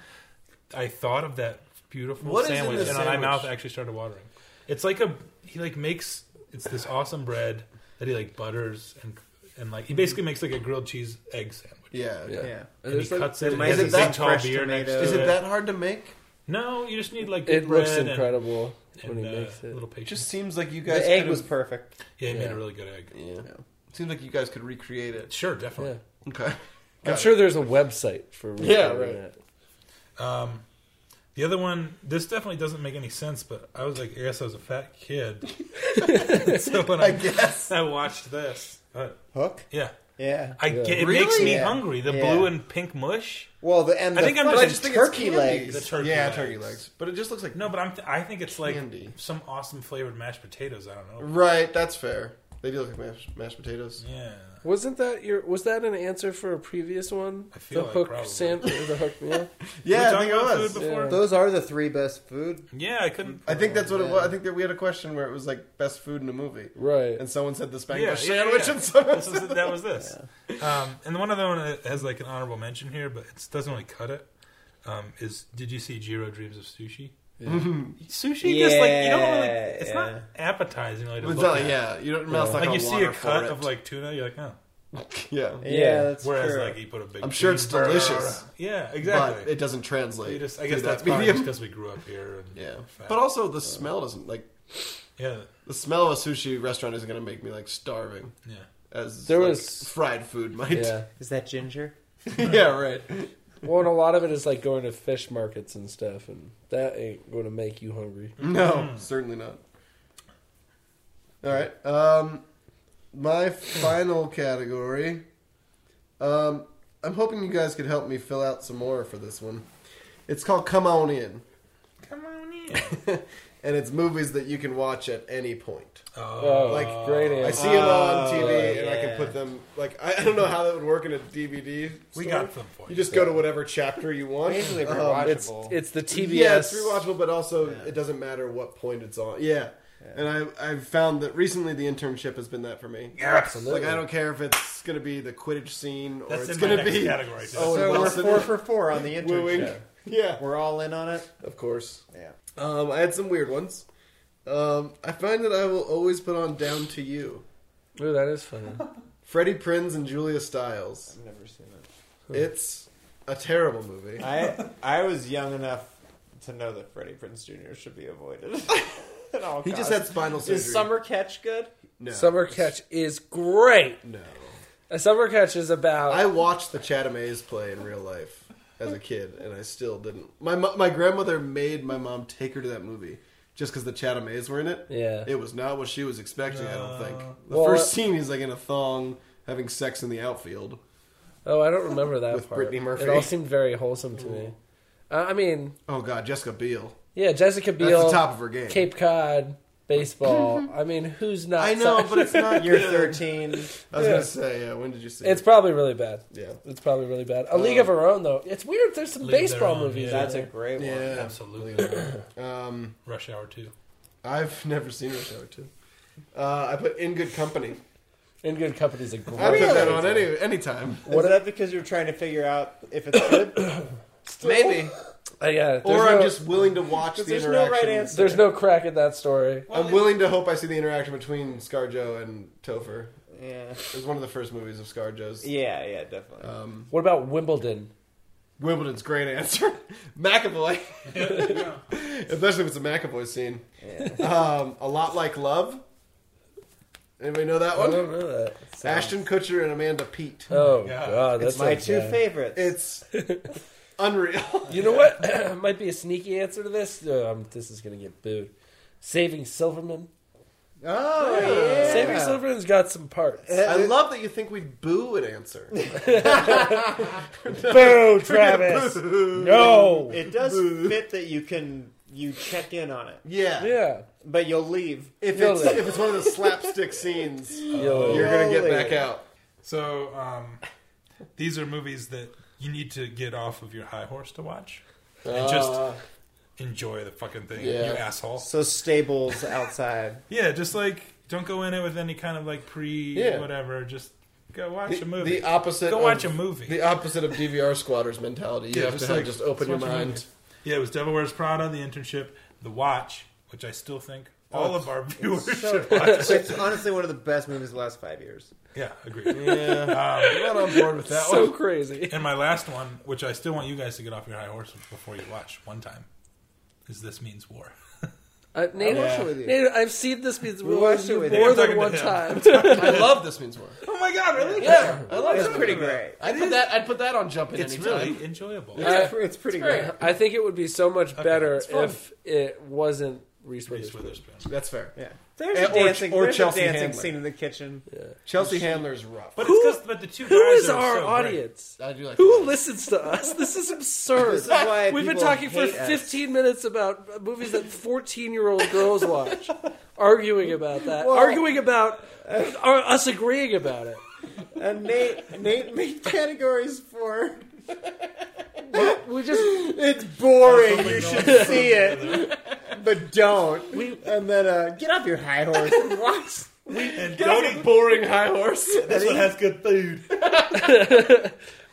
Speaker 4: I thought of that beautiful
Speaker 1: What is in
Speaker 4: sandwich,
Speaker 1: this
Speaker 4: and my
Speaker 1: sandwich?
Speaker 4: mouth actually started watering. It's like a he like makes it's this awesome bread that he like butters and and like he basically makes like a grilled cheese egg sandwich.
Speaker 1: yeah.
Speaker 3: Yeah.
Speaker 2: Yeah.
Speaker 3: And
Speaker 4: And he
Speaker 3: there's like,
Speaker 4: cuts it. And
Speaker 2: might
Speaker 4: he has
Speaker 1: be
Speaker 4: a big
Speaker 1: some
Speaker 4: tall
Speaker 2: fresh
Speaker 4: beer next to
Speaker 2: tomatoes.
Speaker 1: Is
Speaker 4: it.
Speaker 1: it that hard to make?
Speaker 4: No, you just need like good
Speaker 3: it looks
Speaker 4: bread and-
Speaker 3: incredible when he
Speaker 4: and, uh,
Speaker 3: makes
Speaker 4: a
Speaker 3: it.
Speaker 4: little
Speaker 1: It
Speaker 4: patience.
Speaker 1: just seems like you guys.
Speaker 2: The egg
Speaker 1: could
Speaker 2: was
Speaker 1: have-
Speaker 2: perfect.
Speaker 4: yeah, he made
Speaker 3: Yeah.
Speaker 4: a really good egg.
Speaker 1: yeah. Seems like you guys could recreate it.
Speaker 4: Sure,
Speaker 3: Yeah.
Speaker 4: definitely.
Speaker 1: Okay.
Speaker 3: I'm sure there's a website for
Speaker 1: Yeah,
Speaker 3: recording
Speaker 1: right.
Speaker 3: that.
Speaker 4: Um, the other one, this definitely doesn't make any sense, but I was like, I guess I was a fat
Speaker 1: (laughs)
Speaker 4: kid. so when
Speaker 1: I
Speaker 4: I,
Speaker 1: guess.
Speaker 4: (laughs) I watched this, but
Speaker 2: Hook.
Speaker 4: yeah,
Speaker 5: Yeah.
Speaker 4: I get, it
Speaker 1: Really?
Speaker 4: makes me
Speaker 5: Yeah.
Speaker 4: hungry. The
Speaker 5: Yeah.
Speaker 4: blue and pink mush.
Speaker 5: Well, the and
Speaker 4: I
Speaker 5: the
Speaker 4: think I'm
Speaker 5: fucking
Speaker 4: just-
Speaker 1: But I just think
Speaker 5: turkey
Speaker 1: it's
Speaker 5: legs.
Speaker 1: candies.
Speaker 4: The turkey
Speaker 1: yeah,
Speaker 4: legs.
Speaker 1: turkey legs. But it just looks like
Speaker 4: No, but I'm th- I think it's like
Speaker 1: Candy.
Speaker 4: some awesome flavored mashed potatoes. I don't know.
Speaker 1: Right, that's fair. They do look like mashed, mashed potatoes.
Speaker 4: Yeah,
Speaker 3: Wasn't that your? Was that an answer for a previous one?
Speaker 4: I feel
Speaker 3: the
Speaker 4: like
Speaker 3: hook
Speaker 4: probably.
Speaker 3: sand, or the
Speaker 1: (laughs)
Speaker 3: hook meal.
Speaker 1: Yeah,
Speaker 4: We
Speaker 1: I think it
Speaker 4: talked about
Speaker 1: was.
Speaker 4: food before?
Speaker 3: Yeah.
Speaker 5: Those are the three best food.
Speaker 4: yeah, I couldn't.
Speaker 1: I think that's what it
Speaker 5: Yeah.
Speaker 1: was. I think that we had a question where it was like best food in a movie,
Speaker 3: Right.
Speaker 1: and someone said the Spanglish
Speaker 4: Yeah, yeah,
Speaker 1: sandwich,
Speaker 4: yeah.
Speaker 1: and someone
Speaker 4: (laughs) This (laughs) was, that was this. Um, and the one other one that has like an honorable mention here, but it doesn't really cut it. Um, is did you see Jiro Dreams of Sushi? Sushi just like you don't really.
Speaker 5: Yeah,
Speaker 4: It's
Speaker 5: yeah.
Speaker 4: not appetizing really to
Speaker 1: It's
Speaker 4: look
Speaker 1: not-
Speaker 4: at.
Speaker 1: yeah, you don't mouth like,
Speaker 4: Like
Speaker 1: a
Speaker 4: you see a
Speaker 1: water
Speaker 4: cut
Speaker 1: for
Speaker 4: of
Speaker 1: it.
Speaker 4: like tuna, you're like, oh.
Speaker 1: yeah,
Speaker 5: Yeah,
Speaker 3: Yeah.
Speaker 5: that's
Speaker 4: Whereas
Speaker 5: true.
Speaker 4: like you put a big.
Speaker 1: I'm sure it's
Speaker 4: cheeseburger.
Speaker 1: delicious.
Speaker 4: (laughs) Yeah,
Speaker 1: but
Speaker 4: exactly.
Speaker 1: it doesn't translate.
Speaker 4: You just, I
Speaker 1: to
Speaker 4: guess
Speaker 1: that
Speaker 4: that's probably because we grew up here. And
Speaker 1: Yeah,
Speaker 4: fat.
Speaker 1: but also the smell doesn't like
Speaker 4: yeah,
Speaker 1: the smell of a sushi restaurant isn't going to make me like starving
Speaker 4: yeah.
Speaker 1: as
Speaker 3: There
Speaker 1: like,
Speaker 3: was-
Speaker 1: fried food might. (laughs)
Speaker 3: Yeah.
Speaker 5: Is that ginger?
Speaker 1: yeah, right.
Speaker 3: Well, and a lot of it is like going to fish markets and stuff, and that ain't going to make you hungry.
Speaker 1: (laughs) No, certainly not. All right. Um, my final category. Um, I'm hoping you guys could help me fill out some more for this one. It's called Come On In,
Speaker 4: Come on in.
Speaker 1: and it's movies that you can watch at any point.
Speaker 4: Oh,
Speaker 1: Uh, Like,
Speaker 3: Great
Speaker 1: I
Speaker 3: answer.
Speaker 1: see them on TV, and I
Speaker 5: yeah.
Speaker 1: can put them. Like, I, I don't know how that would work in a DVD. store.
Speaker 4: we got them for you.
Speaker 1: You just go to whatever chapter you want.
Speaker 5: Basically,
Speaker 1: Um,
Speaker 5: rewatchable.
Speaker 3: It's it's the TBS.
Speaker 1: Yeah, it's rewatchable, but also
Speaker 5: Yeah.
Speaker 1: it doesn't matter what point it's on. Yeah. And I, I've found that recently the internship has been that for me.
Speaker 3: Absolutely.
Speaker 1: Like, I don't care if it's going to be the Quidditch scene or
Speaker 4: That's
Speaker 1: it's
Speaker 4: in
Speaker 1: going
Speaker 4: my
Speaker 1: to
Speaker 4: next
Speaker 1: be.
Speaker 4: category. too.
Speaker 1: Oh,
Speaker 5: so we're
Speaker 1: Wilson.
Speaker 5: four for four on the
Speaker 1: Wooing.
Speaker 5: internship.
Speaker 1: (laughs) Yeah,
Speaker 5: We're all in on it.
Speaker 1: of course.
Speaker 5: Yeah.
Speaker 1: Um, I had some weird ones. Um, I find that I will always put on Down to You.
Speaker 3: Ooh, that
Speaker 1: (laughs)
Speaker 3: is funny.
Speaker 1: Freddie Prinz and Julia Stiles.
Speaker 5: I've never seen it.
Speaker 1: It's a terrible movie.
Speaker 5: Hmm. I I was young enough to know that Freddie Prince Jr. should be avoided. (laughs) at all
Speaker 1: He just
Speaker 5: costs.
Speaker 1: had spinal surgery.
Speaker 5: Is Summer Catch
Speaker 1: (laughs)
Speaker 5: good?
Speaker 1: No.
Speaker 3: Summer Catch is great.
Speaker 1: No.
Speaker 3: A Summer Catch is about.
Speaker 1: I watched the Chatham A's play in real life as a kid, and I still didn't. My mo- my grandmother made my mom take her to that movie just because the Chatham A's were in it.
Speaker 3: Yeah.
Speaker 1: it was not what she was expecting. I don't think the
Speaker 3: Well,
Speaker 1: first
Speaker 3: uh,
Speaker 1: scene he's like in a thong having sex in the outfield.
Speaker 3: oh, I don't remember that
Speaker 1: With
Speaker 3: part.
Speaker 1: Brittany Murphy.
Speaker 3: It all seemed very wholesome to me. Uh, I mean,
Speaker 1: Oh God, Jessica Biel.
Speaker 3: yeah, Jessica
Speaker 1: That's
Speaker 3: Biel,
Speaker 1: the top of her game.
Speaker 3: Cape Cod, baseball. I mean, who's not?
Speaker 1: I know,
Speaker 3: so-
Speaker 1: but it's not.
Speaker 5: You're
Speaker 1: good.
Speaker 5: 13.
Speaker 1: I was
Speaker 3: Yeah.
Speaker 1: gonna say, yeah. When did you see?
Speaker 3: (laughs) it's (laughs)
Speaker 1: it?
Speaker 3: probably really bad.
Speaker 1: yeah,
Speaker 3: It's probably really bad. A League of Her Own, though. It's weird. There's some
Speaker 4: League of Their
Speaker 3: baseball
Speaker 4: Own,
Speaker 3: movies.
Speaker 4: yeah.
Speaker 3: in
Speaker 5: That's a
Speaker 3: there.
Speaker 5: great one.
Speaker 1: yeah.
Speaker 4: Absolutely.
Speaker 1: Um,
Speaker 4: Rush Hour 2.
Speaker 1: I've never seen Rush Hour Two. Uh, I put In Good Company.
Speaker 3: In Good Company's a great.
Speaker 1: I put that
Speaker 5: Really?
Speaker 1: on any any time.
Speaker 5: What is that because you're trying to figure out if it's
Speaker 1: (coughs)
Speaker 5: good?
Speaker 1: Maybe,
Speaker 3: Uh, yeah,
Speaker 1: or
Speaker 3: there's
Speaker 1: I'm
Speaker 3: no-
Speaker 1: just willing to watch the
Speaker 5: There's
Speaker 1: interaction.
Speaker 5: no right answer.
Speaker 3: There's no crack in that story.
Speaker 1: I'm willing to hope I see the interaction between ScarJo and Topher.
Speaker 5: Yeah.
Speaker 1: It was one of the first movies of ScarJo's.
Speaker 5: Yeah, yeah, definitely.
Speaker 1: Um,
Speaker 3: What about Wimbledon?
Speaker 1: Wimbledon's great answer, (laughs) McAvoy. (laughs) Especially if it's a McAvoy scene.
Speaker 5: Yeah.
Speaker 1: Um, a lot like Love. Anybody know that one?
Speaker 3: know that.
Speaker 1: Ashton Kutcher and Amanda Peet.
Speaker 3: Oh
Speaker 4: Yeah.
Speaker 3: god, that's
Speaker 5: It's my two
Speaker 3: bad.
Speaker 5: favorites.
Speaker 1: uh, It's unreal.
Speaker 3: You know what? (clears throat) Might be a sneaky answer to this. Um, this is gonna get booed. Saving Silverman.
Speaker 1: Oh,
Speaker 3: Saving Silverman's got some parts.
Speaker 1: I love that you think we'd boo an answer.
Speaker 3: Boo, Travis. no.
Speaker 5: It does fit that you can you check in on it,
Speaker 1: (laughs) Yeah.
Speaker 3: Yeah.
Speaker 5: but you'll leave.
Speaker 1: If,
Speaker 3: You'll
Speaker 1: it's,
Speaker 3: live.
Speaker 1: if it's one of the slapstick scenes,
Speaker 3: Yo.
Speaker 1: you're going to get
Speaker 5: Totally.
Speaker 1: back out.
Speaker 4: So, um, these are movies that you need to get off of your high horse to watch and just
Speaker 1: Uh,
Speaker 4: enjoy the fucking thing,
Speaker 1: yeah.
Speaker 4: you asshole.
Speaker 5: So stables outside.
Speaker 4: Yeah, just like don't go in it with any kind of like pre
Speaker 1: Yeah.
Speaker 4: whatever. Just go watch
Speaker 1: the,
Speaker 4: a movie.
Speaker 1: the opposite.
Speaker 4: go
Speaker 1: of-
Speaker 4: watch a movie.
Speaker 1: The opposite of DVR squatters mentality. You
Speaker 4: Yeah,
Speaker 1: have
Speaker 4: just
Speaker 1: to
Speaker 4: like,
Speaker 1: just open your
Speaker 4: just watch a
Speaker 1: mind.
Speaker 4: movie. yeah, it was Devil Wears Prada, The Internship, The Watch, which I still think
Speaker 1: Oh,
Speaker 4: all of our viewers
Speaker 5: So,
Speaker 4: should watch.
Speaker 5: it's honestly one of the best movies of the last five years.
Speaker 4: Yeah,
Speaker 1: (laughs)
Speaker 4: agreed. Um,
Speaker 1: Yeah, I'm not on board with that
Speaker 3: so
Speaker 1: one.
Speaker 3: crazy.
Speaker 4: And my last one, which I still want you guys to get off your high horse before you watch one time, is This Means War.
Speaker 3: I, Nate,
Speaker 2: I'll watch it with you.
Speaker 3: Nate, I've seen this means
Speaker 2: We'll
Speaker 3: more
Speaker 2: watch it with you.
Speaker 3: more
Speaker 4: I'm
Speaker 3: than
Speaker 4: talking
Speaker 3: one
Speaker 4: to
Speaker 3: time.
Speaker 4: him.
Speaker 1: I love this means war.
Speaker 4: Oh my god,
Speaker 3: (laughs)
Speaker 4: really?
Speaker 1: Yeah, I love
Speaker 2: It's
Speaker 1: it.
Speaker 2: pretty great.
Speaker 1: I'd put that. I'd put that on jumping
Speaker 4: It's
Speaker 1: anytime.
Speaker 4: really enjoyable.
Speaker 3: Uh,
Speaker 2: it's, it's pretty
Speaker 1: great.
Speaker 2: great.
Speaker 3: I think it would be so much better
Speaker 4: fun.
Speaker 3: if it wasn't Reese
Speaker 4: Reese
Speaker 3: Witherspoon.
Speaker 4: Witherspoon.
Speaker 1: That's fair.
Speaker 2: Yeah. There's a
Speaker 1: Or-
Speaker 2: dancing,
Speaker 1: or
Speaker 2: there's a
Speaker 1: Chelsea
Speaker 2: dancing
Speaker 1: Handler.
Speaker 2: scene in the kitchen.
Speaker 1: Chelsea (laughs) Handler's rough.
Speaker 4: But
Speaker 3: Who-
Speaker 4: it's 'cause- but the two
Speaker 3: Who
Speaker 4: guys
Speaker 3: is
Speaker 4: are
Speaker 3: our
Speaker 4: so great.
Speaker 3: audience?
Speaker 1: I do like
Speaker 3: Who listens to us? This is absurd.
Speaker 2: This is why
Speaker 3: We've been
Speaker 2: people
Speaker 3: talking for
Speaker 2: hate us.
Speaker 3: 15 minutes about movies that 14 year old girls watch, arguing about that,
Speaker 2: Well-
Speaker 3: arguing about uh, us agreeing about it.
Speaker 2: And Uh, Nate, Nate made categories
Speaker 1: (laughs)
Speaker 2: for
Speaker 3: We just
Speaker 2: it's boring.
Speaker 4: Something
Speaker 2: You should
Speaker 4: going on
Speaker 2: see it,
Speaker 4: over there.
Speaker 2: but don't.
Speaker 3: We-
Speaker 2: and then uh, get off your high horse and watch.
Speaker 4: And don't eat
Speaker 1: boring high horse.
Speaker 4: this one has good food.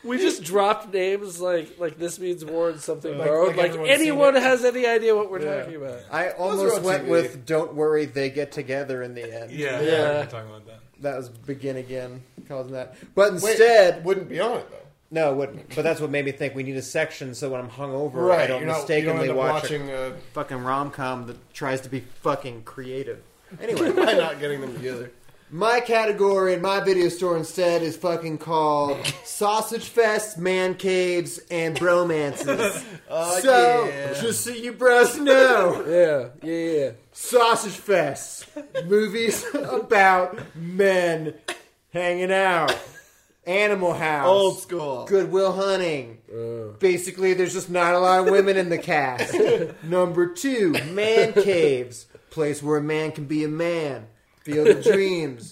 Speaker 3: we just dropped names like like this means war and something
Speaker 2: Like-
Speaker 3: borrowed.
Speaker 2: like
Speaker 3: Like,
Speaker 2: everyone's seen
Speaker 3: anyone
Speaker 2: it.
Speaker 3: has any idea what we're
Speaker 2: Yeah.
Speaker 3: talking about.
Speaker 2: I
Speaker 1: are
Speaker 2: almost
Speaker 1: on
Speaker 2: went
Speaker 1: TV.
Speaker 2: with "Don't worry, they get together in the end."
Speaker 4: Yeah,
Speaker 3: Yeah.
Speaker 4: yeah. We're talking about that.
Speaker 2: that was begin again causing that. But instead,
Speaker 1: wouldn't be on it though.
Speaker 2: no, it wouldn't. But that's what made me think we need a section so when I'm hungover, I
Speaker 1: Right.
Speaker 2: don't
Speaker 1: you're not, you don't
Speaker 2: mistakenly
Speaker 1: end up
Speaker 2: watch
Speaker 1: watching. Uh,
Speaker 2: a fucking rom com that tries to be fucking creative.
Speaker 1: (laughs)
Speaker 2: Anyway,
Speaker 1: by not getting them together.
Speaker 2: my category in my video store instead is fucking called
Speaker 1: (laughs)
Speaker 2: Sausage Fest, Man Caves, and Bromances.
Speaker 1: (laughs) Oh,
Speaker 2: so
Speaker 1: yeah.
Speaker 2: just so you bros know.
Speaker 3: Yeah, yeah, yeah.
Speaker 2: Sausage Fest.
Speaker 1: (laughs)
Speaker 2: Movies about men hanging out. Animal House.
Speaker 1: Old school.
Speaker 2: Goodwill Hunting. Uh. Basically, there's just not a lot of women in the cast. (laughs) Number two, Man Caves. Place where a man can be a man. Field of Dreams.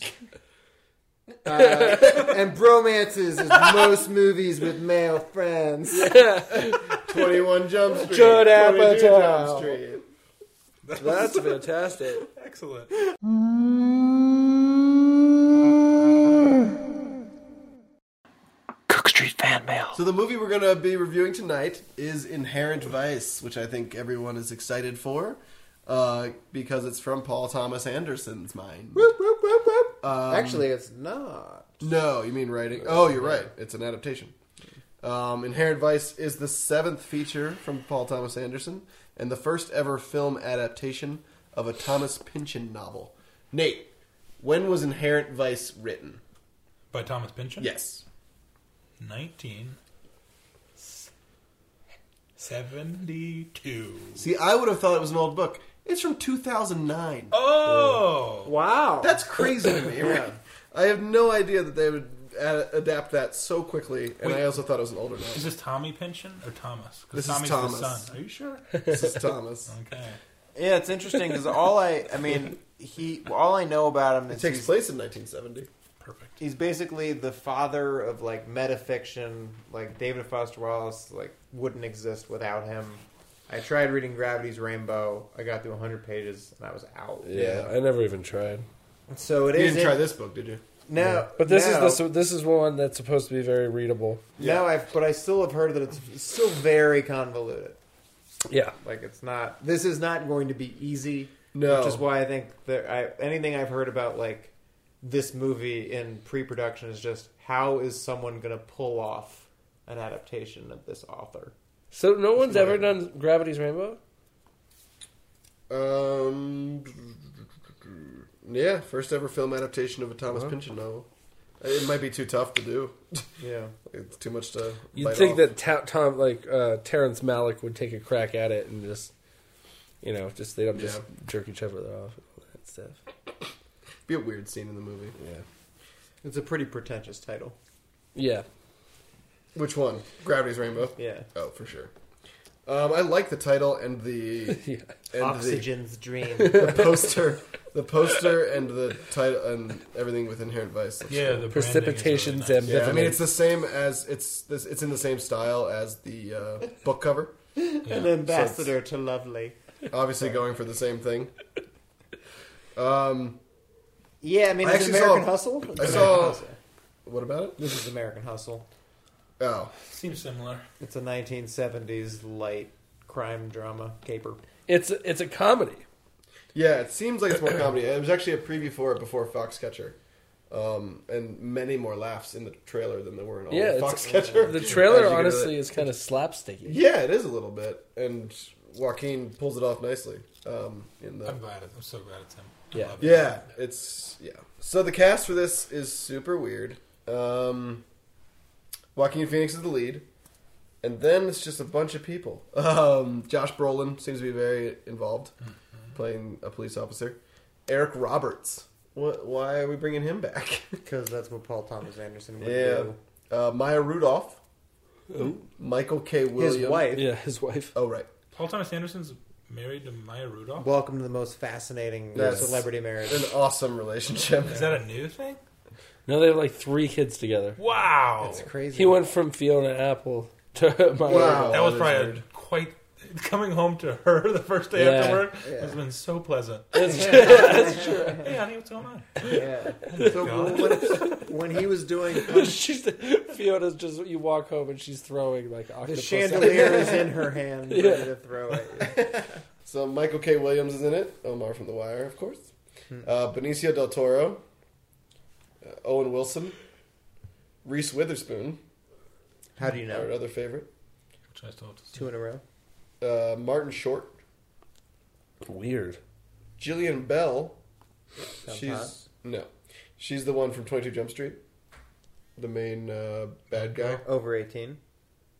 Speaker 2: Uh, and bromances is most movies with male friends.
Speaker 1: Twenty One Jump Street.
Speaker 2: Judd
Speaker 1: 22
Speaker 2: Apatow.
Speaker 1: Jump Street.
Speaker 3: That's fantastic.
Speaker 4: Excellent.
Speaker 6: Cook Street fan mail.
Speaker 1: So the movie we're going to be reviewing tonight is Inherent Vice, which I think everyone is excited for uh, because it's from Paul Thomas Anderson's mind.
Speaker 2: Whoop, whoop, whoop, whoop. Actually, it's not.
Speaker 1: No, you mean writing. Oh, you're right. It's an adaptation. Um, Inherent Vice is the seventh feature from Paul Thomas Anderson and the first ever film adaptation of a Thomas Pynchon novel. Nate, when was Inherent Vice written?
Speaker 4: By Thomas Pynchon?
Speaker 1: Yes.
Speaker 4: 1972.
Speaker 1: See, I would have thought it was an old book. It's from 2009.
Speaker 4: Oh!
Speaker 2: Wow.
Speaker 1: That's crazy to (coughs) me. I have no idea that they would ad- adapt that so quickly, and I also thought it was an older novel.
Speaker 4: Is this Tommy Pynchon or Thomas? 'Cause
Speaker 1: This is
Speaker 4: Tommy's
Speaker 1: Thomas.
Speaker 4: the son. Are you sure?
Speaker 1: This (laughs) is Thomas.
Speaker 4: Okay.
Speaker 7: Yeah, it's interesting because all I, I mean, he, all I know about him
Speaker 1: It
Speaker 7: is
Speaker 1: takes
Speaker 7: he's,
Speaker 1: place in 1970.
Speaker 4: Perfect.
Speaker 2: he's basically the father of like metafiction. Like David Foster Wallace, like wouldn't exist without him. I tried reading Gravity's Rainbow. I got through 100 pages and I was out.
Speaker 3: Yeah, I never even tried.
Speaker 2: So it
Speaker 1: You
Speaker 2: is
Speaker 1: didn't try this book, did you?
Speaker 2: No,
Speaker 3: But this
Speaker 2: no,
Speaker 3: is this this is one that's supposed to be very readable.
Speaker 2: No, I've, but I still have heard that it's still very convoluted.
Speaker 3: Yeah.
Speaker 2: Like it's not. This is not going to be easy.
Speaker 1: No.
Speaker 2: which is why I think that I, anything I've heard about like this movie in pre-production is just how is someone going to pull off an adaptation of this author?
Speaker 3: So no one's ever done Gravity's Rainbow.
Speaker 1: Um, yeah, first ever film adaptation of a Thomas Pynchon novel. It might be too tough to do.
Speaker 2: Yeah,
Speaker 1: It's too much to.
Speaker 3: You'd
Speaker 1: bite
Speaker 3: think
Speaker 1: off.
Speaker 3: that ta- Tom, like uh, Terrence Malick, would take a crack at it and just, you know, just they don't just
Speaker 1: Yeah.
Speaker 3: jerk each other off and all that stuff.
Speaker 1: be a weird scene in the movie.
Speaker 3: Yeah.
Speaker 2: it's a pretty pretentious title.
Speaker 3: Yeah. (laughs)
Speaker 1: Which one? Gravity's Rainbow.
Speaker 2: Yeah,
Speaker 1: Oh, for sure. Um, I like the title and (laughs) the
Speaker 3: Yeah.
Speaker 1: and the-
Speaker 2: Oxygen's
Speaker 1: (laughs)
Speaker 2: Dream.
Speaker 1: the poster, the poster, and the title, and everything with Inherent Vice. looks
Speaker 4: Yeah,
Speaker 1: cool.
Speaker 4: the
Speaker 3: Precipitations
Speaker 4: branding is
Speaker 1: yeah. I mean,
Speaker 3: Definitely.
Speaker 1: it's the same as it's this. It's in the same style as the uh, book cover.
Speaker 2: An ambassador to lovely.
Speaker 1: Obviously, going for the same thing. Um,
Speaker 2: Yeah, I mean,
Speaker 1: I
Speaker 2: it's
Speaker 1: actually
Speaker 2: American
Speaker 1: saw-
Speaker 2: Hustle.
Speaker 1: I
Speaker 2: It's
Speaker 1: saw-
Speaker 2: American Hustle.
Speaker 1: what about it?
Speaker 2: This is American Hustle.
Speaker 1: Oh,
Speaker 4: really Seems similar.
Speaker 2: It's a 1970s light crime drama caper.
Speaker 3: It's it's a comedy.
Speaker 1: yeah. It seems like it's more comedy. It was actually a preview for it before Foxcatcher. um, and many more laughs in the trailer than there were in all
Speaker 3: Yeah,
Speaker 1: the
Speaker 3: it's-
Speaker 1: Foxcatcher.
Speaker 3: The
Speaker 1: As
Speaker 3: trailer
Speaker 1: you get
Speaker 3: honestly
Speaker 1: it.
Speaker 3: is kind of slapsticky.
Speaker 1: yeah, it is a little bit, and Joaquin pulls it off nicely. Um, in the
Speaker 4: I'm glad. It, I'm so glad it's him. I
Speaker 3: Yeah.
Speaker 4: love it.
Speaker 1: yeah, it's yeah. So the cast for this is super weird. Um, Joaquin Phoenix is the lead, and then it's just a bunch of people. (laughs) Um, Josh Brolin seems to be very involved, playing a police officer. Eric Roberts. What, why are we bringing him back? (laughs)
Speaker 2: Because that's what Paul Thomas Anderson would
Speaker 1: yeah.
Speaker 2: do.
Speaker 1: Uh, Maya Rudolph. Michael K. Williams.
Speaker 2: His
Speaker 3: (laughs)
Speaker 2: wife.
Speaker 3: Yeah, his wife.
Speaker 1: Oh right.
Speaker 4: Paul Thomas Anderson's married to Maya Rudolph.
Speaker 2: Welcome to the most fascinating
Speaker 1: That's-
Speaker 2: celebrity marriage.
Speaker 1: An awesome relationship.
Speaker 4: Is that a new thing?
Speaker 3: No, they have like three kids together.
Speaker 4: Wow.
Speaker 2: It's crazy.
Speaker 3: He went from Fiona Apple to (laughs) my
Speaker 1: Wow.
Speaker 4: that was
Speaker 1: Oh, that is
Speaker 4: probably a
Speaker 1: weird.
Speaker 4: quite (laughs) coming home to her (laughs) the first day
Speaker 3: Yeah.
Speaker 4: after work has been so pleasant. (laughs) hey, honey, what's going on?
Speaker 2: Yeah.
Speaker 8: So
Speaker 4: God.
Speaker 8: when, when he was doing
Speaker 2: um,
Speaker 3: she's Fiona's just you walk home and she's throwing like
Speaker 2: The
Speaker 3: octopus.
Speaker 2: chandelier is in her hand, ready
Speaker 3: Yeah.
Speaker 2: to throw at you.
Speaker 1: So Michael K. Williams is in it. Omar from The Wire, of course.
Speaker 2: Hmm.
Speaker 1: Uh, Benicio del Toro. Uh, Owen Wilson. Reese Witherspoon,
Speaker 2: How do you
Speaker 1: our
Speaker 2: know?
Speaker 1: other favorite.
Speaker 4: Which I still have to see.
Speaker 2: Two in a row.
Speaker 1: Uh, Martin Short.
Speaker 3: Weird.
Speaker 1: Jillian Bell.
Speaker 2: Sounds
Speaker 1: she's
Speaker 2: hot.
Speaker 1: no, she's the one from Twenty Two Jump Street, the main uh, bad guy.
Speaker 2: Over eighteen.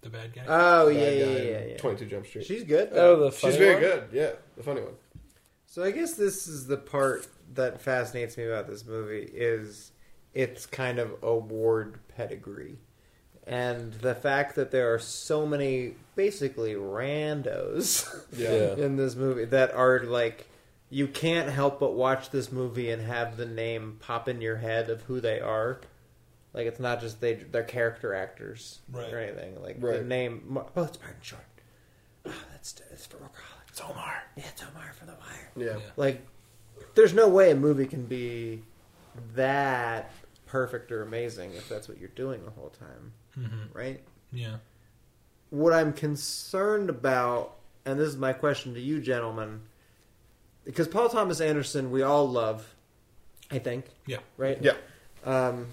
Speaker 4: The bad guy.
Speaker 2: Oh
Speaker 1: Bad
Speaker 2: yeah,
Speaker 1: guy
Speaker 2: yeah,
Speaker 1: in
Speaker 2: yeah, yeah.
Speaker 1: Twenty Two Jump Street.
Speaker 2: She's good.
Speaker 3: (laughs) Oh,
Speaker 2: Though.
Speaker 3: the funny
Speaker 1: she's very
Speaker 3: one?
Speaker 1: good. Yeah, the funny one.
Speaker 2: So I guess this is the part that fascinates me about this movie is its kind of award pedigree. And the fact that there are so many basically randos
Speaker 1: Yeah.
Speaker 2: in this movie that are like you can't help but watch this movie and have the name pop in your head of who they are. Like it's not just they they're character actors
Speaker 4: Right.
Speaker 2: or anything. Like the
Speaker 1: Right.
Speaker 2: name oh it's Martin Short. Oh, that's it's for Rock
Speaker 4: it's Omar.
Speaker 2: yeah, it's Omar from The Wire.
Speaker 1: Yeah,
Speaker 4: Yeah.
Speaker 2: Like, there's no way a movie can be that perfect or amazing if that's what you're doing the whole time,
Speaker 4: Mm-hmm.
Speaker 2: right?
Speaker 4: Yeah.
Speaker 2: What I'm concerned about, and this is my question to you, gentlemen, because Paul Thomas Anderson, we all love, I think,
Speaker 4: Yeah.
Speaker 2: right?
Speaker 1: yeah.
Speaker 2: Um,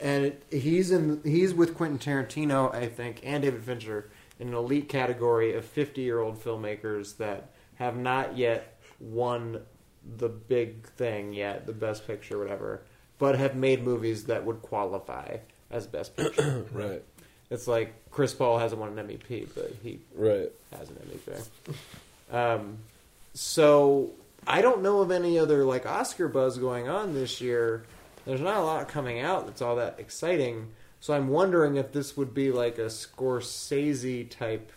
Speaker 2: and it, he's in he's with Quentin Tarantino, I think, and David Fincher in an elite category of 50 year old filmmakers that have not yet won the big thing yet, the best picture, whatever, but have made movies that would qualify as
Speaker 1: (clears throat)
Speaker 2: best picture.
Speaker 3: Right.
Speaker 2: it's like Chris Paul hasn't won an MEP, but he
Speaker 3: Right.
Speaker 2: has an MVP. Um, so I don't know of any other like Oscar buzz going on this year. There's not a lot coming out that's all that exciting. So I'm wondering if this would be like a Scorsese type.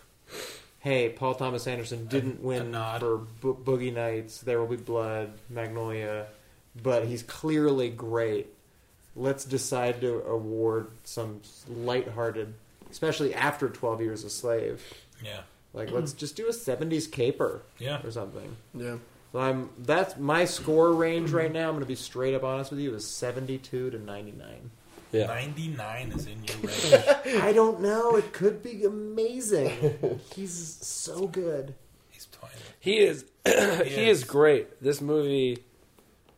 Speaker 2: Hey, Paul Thomas Anderson didn't
Speaker 4: a
Speaker 2: win
Speaker 4: nod.
Speaker 2: for Bo- Boogie Nights. There will be blood, Magnolia, but he's clearly great. Let's decide to award some lighthearted, especially after 12 Years a Slave.
Speaker 4: Yeah.
Speaker 2: Like, (clears throat) let's just do a '70s caper
Speaker 4: Yeah.
Speaker 2: or something.
Speaker 1: yeah.
Speaker 2: So I'm that's my score range right now. I'm going to be straight up honest with you is 72 to 99.
Speaker 3: Yeah.
Speaker 4: 99 is in your range.
Speaker 2: I don't know. It could be (laughs) amazing. He's so good.
Speaker 4: He's playing.
Speaker 3: He is. (clears throat) he is great. This movie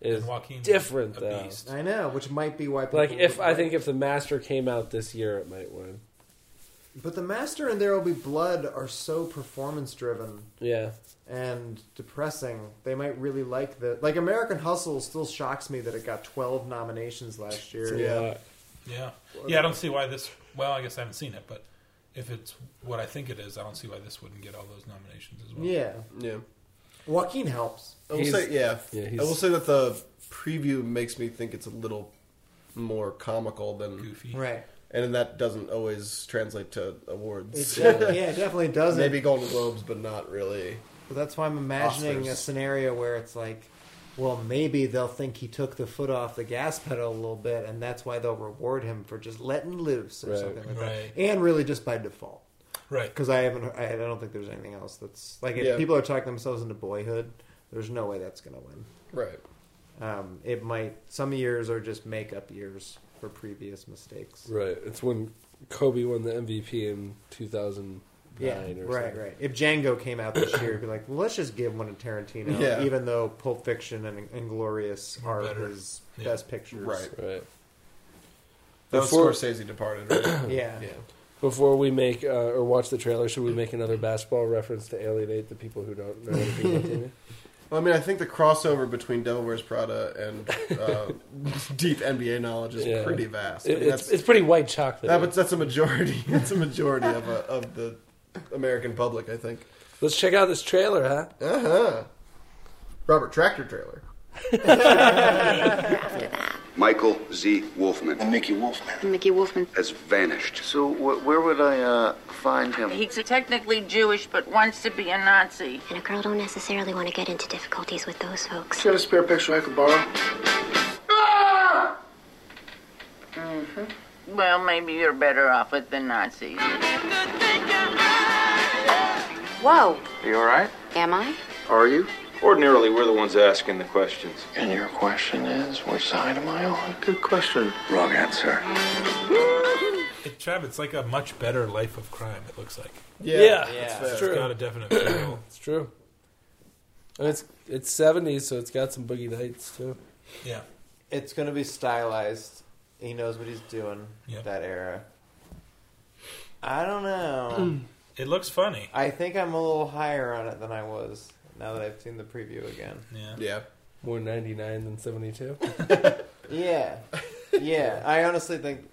Speaker 3: is
Speaker 4: And Joaquin's
Speaker 3: different
Speaker 4: a
Speaker 3: though.
Speaker 4: beast.
Speaker 2: I know, which might be why. People
Speaker 3: Like if
Speaker 2: would
Speaker 3: I think if the Master came out this year, it might win.
Speaker 2: but the Master and There Will Be Blood are so performance driven
Speaker 3: Yeah.
Speaker 2: and depressing. They might really like the like American Hustle. Still shocks me that it got 12 nominations last year.
Speaker 1: Yeah.
Speaker 3: Uh,
Speaker 4: Yeah. Yeah, I don't see why this. Well, I guess I haven't seen it, but if it's what I think it is, I don't see why this wouldn't get all those nominations as well.
Speaker 2: Yeah,
Speaker 1: yeah.
Speaker 2: Joaquin helps.
Speaker 1: I will
Speaker 3: He's-
Speaker 1: say, yeah.
Speaker 3: yeah,
Speaker 1: I will
Speaker 3: he's-
Speaker 1: say that the preview makes me think it's a little more comical than
Speaker 4: Goofy.
Speaker 2: Right.
Speaker 1: and that doesn't always translate to awards.
Speaker 2: It definitely, yeah, it definitely doesn't.
Speaker 1: uh, Maybe Golden Globes, but not really.
Speaker 2: But that's why I'm imagining a
Speaker 1: Oscars.
Speaker 2: scenario where it's like, well, maybe they'll think he took the foot off the gas pedal a little bit, and that's why they'll reward him for just letting loose or
Speaker 3: Right.
Speaker 2: something like
Speaker 4: Right.
Speaker 2: that. And really just by default,
Speaker 4: Right.
Speaker 2: because I haven't. I I don't think there's anything else that's like if
Speaker 1: Yeah.
Speaker 2: people are talking themselves into boyhood. There's no way that's going to win.
Speaker 1: Right.
Speaker 2: Um, it might. Some years are just makeup years for previous mistakes.
Speaker 3: Right. It's when Kobe won the MVP in 2009
Speaker 2: Yeah,
Speaker 3: or something.
Speaker 2: right, right. If Django came out this year, it'd be like, well, let's just give one to Tarantino,
Speaker 1: Yeah.
Speaker 2: even though Pulp Fiction and Inglorious are
Speaker 4: better.
Speaker 2: his
Speaker 4: Yeah.
Speaker 2: best pictures.
Speaker 1: Right.
Speaker 3: Right.
Speaker 1: That was
Speaker 3: Before-
Speaker 1: Scorsese departed.
Speaker 2: (clears throat)
Speaker 1: Right?
Speaker 9: Yeah.
Speaker 1: yeah.
Speaker 3: Before we make uh, or watch the trailer, should we make another basketball reference to alienate the people who don't know anything
Speaker 2: (laughs)
Speaker 3: about TV?
Speaker 1: Well, I mean, I think the crossover between Devil Wears Prada and uh, (laughs) deep NBA knowledge is
Speaker 3: Yeah.
Speaker 1: pretty vast. I
Speaker 3: It,
Speaker 1: mean,
Speaker 3: it's,
Speaker 1: that's,
Speaker 3: it's pretty white chocolate.
Speaker 1: that- that's a majority. (laughs) That's a majority of, a, of the American public, I think.
Speaker 3: Let's check out this trailer, huh?
Speaker 1: Uh huh. Robert Tractor Trailer.
Speaker 10: Michael Z. Wolfman
Speaker 11: Mickey Wolfman.
Speaker 12: Mickey Wolfman.
Speaker 10: has vanished.
Speaker 11: So wh- where would I uh, find him?
Speaker 13: He's technically Jewish, but wants to be a Nazi.
Speaker 12: And a girl don't necessarily want to get into difficulties with those folks.
Speaker 11: got a spare picture I could borrow?
Speaker 13: Well, maybe you're better off with the Nazis.
Speaker 12: Whoa,
Speaker 11: You all right?
Speaker 12: am I?
Speaker 11: Are you?
Speaker 14: Ordinarily, we're the ones asking the questions.
Speaker 11: And your question is, which side am I on? Good question. Wrong answer.
Speaker 4: It, Trav, it's like a much better life of crime. It looks like
Speaker 1: Yeah.
Speaker 3: it's,
Speaker 1: fair.
Speaker 4: it's got
Speaker 3: true.
Speaker 4: a definite
Speaker 2: (clears throat)
Speaker 4: feel.
Speaker 3: It's true. And it's it's seventies, so it's got some boogie nights too.
Speaker 4: Yeah,
Speaker 2: It's going to be stylized. He knows what he's doing.
Speaker 4: Yep.
Speaker 2: That era. I don't (clears throat) know.
Speaker 4: it looks funny.
Speaker 2: I think I'm a little higher on it than I was now that I've seen the preview again.
Speaker 4: Yeah,
Speaker 1: Yeah.
Speaker 3: More ninety nine than seventy two.
Speaker 2: Yeah. Yeah. I honestly think.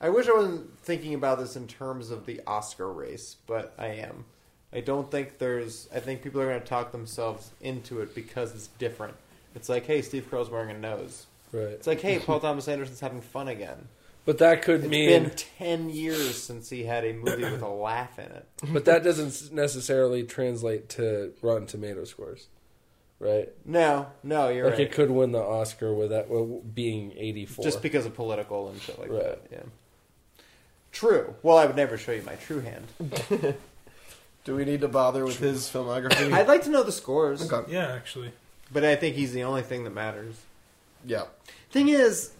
Speaker 2: I wish I wasn't thinking about this in terms of the Oscar race, but I am. I don't think there's. I think people are going to talk themselves into it because it's different. It's like, hey, Steve Carell's wearing a nose.
Speaker 3: Right.
Speaker 2: It's like,
Speaker 3: (laughs)
Speaker 2: hey, Paul Thomas Anderson's having fun again.
Speaker 3: But that could
Speaker 2: It's
Speaker 3: mean
Speaker 2: been 10 years since he had a movie with a laugh in it.
Speaker 3: (laughs) but that doesn't necessarily translate to Rotten Tomato scores. Right?
Speaker 2: No, no, you're
Speaker 3: like
Speaker 2: right.
Speaker 3: it could win the Oscar with that well, being eighty four.
Speaker 2: Just because of political and shit like
Speaker 3: Right.
Speaker 2: that. Yeah. True. Well, I would never show you my true hand.
Speaker 1: Do we need to bother with his filmography?
Speaker 2: I'd like to know the scores,
Speaker 1: Okay.
Speaker 4: yeah, actually,
Speaker 2: but I think he's the only thing that matters.
Speaker 1: Yeah.
Speaker 2: Thing is,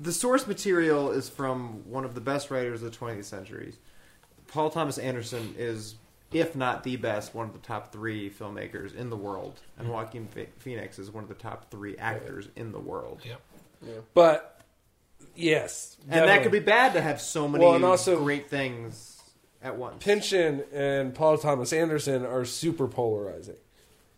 Speaker 2: the source material is from one of the best writers of the 20th century. Paul Thomas Anderson is, if not the best, one of the top three filmmakers in the world, and Joaquin Ph- Phoenix is one of the top three actors in the world.
Speaker 4: Yep.
Speaker 3: But yes.
Speaker 2: And that could be bad to have so many
Speaker 3: Well, and also-
Speaker 2: great things at once.
Speaker 3: Pynchon and Paul Thomas Anderson are super polarizing.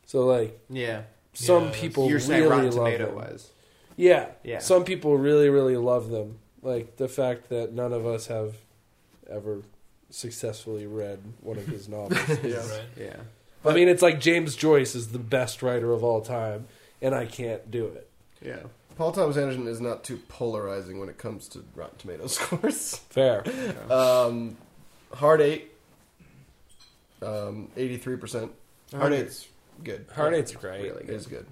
Speaker 3: So like
Speaker 2: yeah,
Speaker 3: some
Speaker 4: Yeah, that's-
Speaker 3: people
Speaker 2: you're saying
Speaker 3: really
Speaker 2: Rotten
Speaker 3: love
Speaker 2: Tomato
Speaker 3: them.
Speaker 2: wise.
Speaker 3: Yeah.
Speaker 2: Yeah.
Speaker 3: Some people really, really love them. Like the fact that none of us have ever successfully read one of his
Speaker 4: (laughs)
Speaker 3: novels.
Speaker 1: Yeah.
Speaker 4: right.
Speaker 2: Yeah,
Speaker 3: I mean, it's like James Joyce is the best writer of all time, and I can't do it.
Speaker 2: yeah.
Speaker 1: Paul Thomas Anderson is not too polarizing when it comes to Rotten Tomatoes (laughs) scores.
Speaker 3: Fair.
Speaker 1: Um, Hard Eight, um, 83%. Hard Eight's good.
Speaker 3: Hard Eight's great.
Speaker 1: It is good.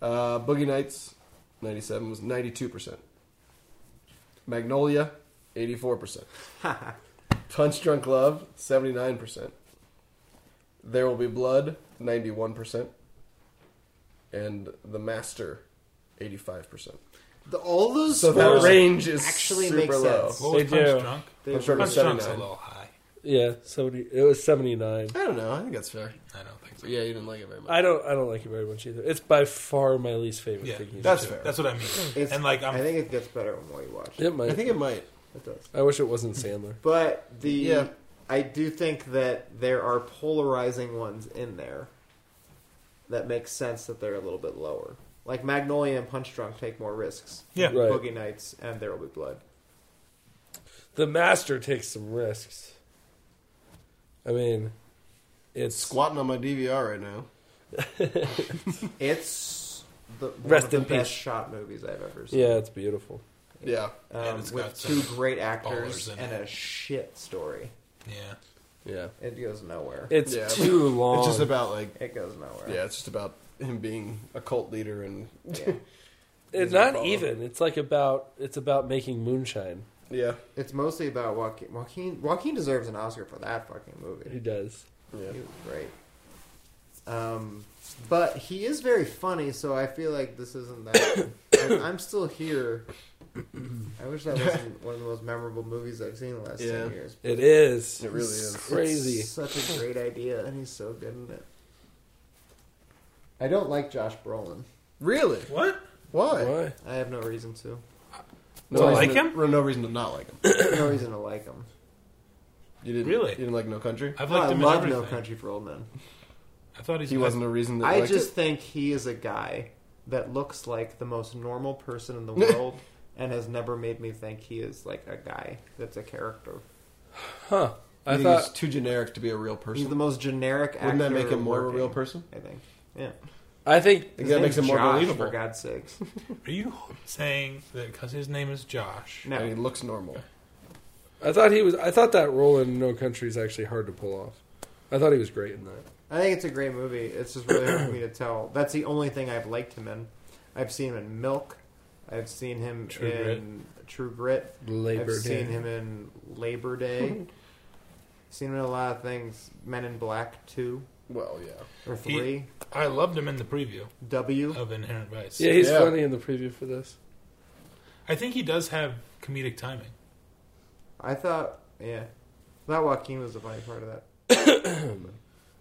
Speaker 1: Uh, Boogie Nights, 97 was 92%. Magnolia, 84%. Punch Drunk Love, 79%. There Will Be Blood, 91%. And The Master, 85%.
Speaker 2: The, all those
Speaker 1: So that
Speaker 2: scores
Speaker 1: range is
Speaker 2: actually
Speaker 1: super
Speaker 2: make
Speaker 1: low.
Speaker 2: sense.
Speaker 4: What
Speaker 3: They
Speaker 4: was Punch
Speaker 3: do.
Speaker 4: Drunk?
Speaker 1: Punch Drunk was
Speaker 4: Punch Drunk's a
Speaker 1: 79.
Speaker 4: little high.
Speaker 3: Yeah, seventy. It was seventy nine.
Speaker 1: I don't know. I think that's fair.
Speaker 4: I don't think so.
Speaker 1: Yeah, you didn't like it very much.
Speaker 3: I don't. I don't like it very much either. It's by far my least favorite
Speaker 4: Yeah,
Speaker 3: thing. he's
Speaker 1: that's
Speaker 3: done.
Speaker 1: fair.
Speaker 4: That's what I mean.
Speaker 2: It's-
Speaker 4: and like, I'm
Speaker 2: I think it gets better the more you watch.
Speaker 3: It might.
Speaker 1: I
Speaker 3: I,
Speaker 1: think it might.
Speaker 2: It does.
Speaker 3: wish it wasn't Sandler.
Speaker 2: But the
Speaker 1: Yeah.
Speaker 2: I do think that there are polarizing ones in there that makes sense that they're a little bit lower. Like Magnolia and Punch Drunk take more risks.
Speaker 4: Yeah.
Speaker 3: Right.
Speaker 2: Boogie Nights and There Will Be Blood.
Speaker 3: The Master takes some risks. I mean, it's
Speaker 1: Squatting on my DVR right now.
Speaker 2: It's the one
Speaker 3: Rest
Speaker 2: of the
Speaker 3: in peace.
Speaker 2: best shot movies I've ever seen.
Speaker 3: yeah, it's beautiful.
Speaker 1: Yeah,
Speaker 2: Um,
Speaker 4: And it's got
Speaker 2: with two
Speaker 4: some
Speaker 2: great
Speaker 4: ballers
Speaker 2: actors
Speaker 4: in
Speaker 2: and
Speaker 4: it.
Speaker 2: a shit story.
Speaker 4: yeah.
Speaker 3: Yeah,
Speaker 2: It goes nowhere. It,
Speaker 3: it's
Speaker 1: Yeah.
Speaker 3: too long.
Speaker 1: it's just
Speaker 2: Oh.
Speaker 1: about like
Speaker 2: goes nowhere.
Speaker 1: yeah, it's just about him being a cult leader and
Speaker 2: Yeah.
Speaker 3: It's
Speaker 1: Is it a
Speaker 3: not
Speaker 1: problem?
Speaker 3: even. It's like about it's about making moonshine.
Speaker 1: yeah,
Speaker 2: It's mostly about Joaquin. Joaquin Joaquin deserves an Oscar for that fucking movie.
Speaker 3: He does.
Speaker 1: yeah.
Speaker 2: He was great. Um, but he is very funny, so I feel like this isn't that. I'm, I'm still here. I wish that wasn't one of the most memorable movies I've seen in the last
Speaker 1: Yeah.
Speaker 2: ten years.
Speaker 3: It is.
Speaker 1: It really
Speaker 3: It's
Speaker 1: is.
Speaker 3: crazy.
Speaker 2: It's such a great idea, and he's so good in it. I don't like Josh Brolin.
Speaker 1: Really?
Speaker 4: What?
Speaker 1: Why?
Speaker 3: Why?
Speaker 2: I have no reason to.
Speaker 1: No
Speaker 2: To
Speaker 1: reason
Speaker 2: like
Speaker 1: to- No reason to not like him.
Speaker 2: no reason to like him.
Speaker 1: You didn't
Speaker 2: Really?
Speaker 1: You didn't like No Country?
Speaker 2: I've liked No, I him in love everything. No Country for Old Men.
Speaker 4: I thought he's
Speaker 1: he wasn't a reason. That you
Speaker 2: I
Speaker 1: liked
Speaker 2: just
Speaker 1: it?
Speaker 2: think he is a guy that looks like the most normal
Speaker 1: (laughs)
Speaker 2: person in the world and has never made me think he is like a guy that's a character.
Speaker 3: Huh.
Speaker 1: I
Speaker 2: I
Speaker 1: think he's
Speaker 2: thought-
Speaker 1: too generic to be a real person.
Speaker 2: He's the most generic actor.
Speaker 1: Wouldn't that make him more of a
Speaker 2: working,
Speaker 1: real person?
Speaker 2: I think. Yeah.
Speaker 3: I think
Speaker 1: I think that makes him more
Speaker 2: Josh,
Speaker 1: believable.
Speaker 2: For
Speaker 1: (laughs)
Speaker 2: God's sakes.
Speaker 4: Are you saying that because his name is Josh?
Speaker 2: No.
Speaker 1: And he looks normal.
Speaker 3: I thought he was. I thought that role in No Country is actually hard to pull off. I thought he was great in that.
Speaker 2: I think it's a great movie. It's just really hard for me to tell. That's the only thing I've liked him in. I've seen him in Milk. I've seen him
Speaker 3: True
Speaker 2: in True Grit.
Speaker 3: Labor
Speaker 2: I've
Speaker 3: Day.
Speaker 2: seen him in
Speaker 3: (laughs)
Speaker 2: Labor Day. seen him in a lot of things. Men in Black two.
Speaker 1: Well, yeah.
Speaker 2: Or
Speaker 4: He- Oh.
Speaker 2: three.
Speaker 4: I loved him in the preview
Speaker 2: W.
Speaker 4: of Inherent Vice.
Speaker 3: Yeah, he's funny in the preview for this.
Speaker 4: I think he does have comedic timing.
Speaker 2: I thought, yeah, that Joaquin was the funny part of that.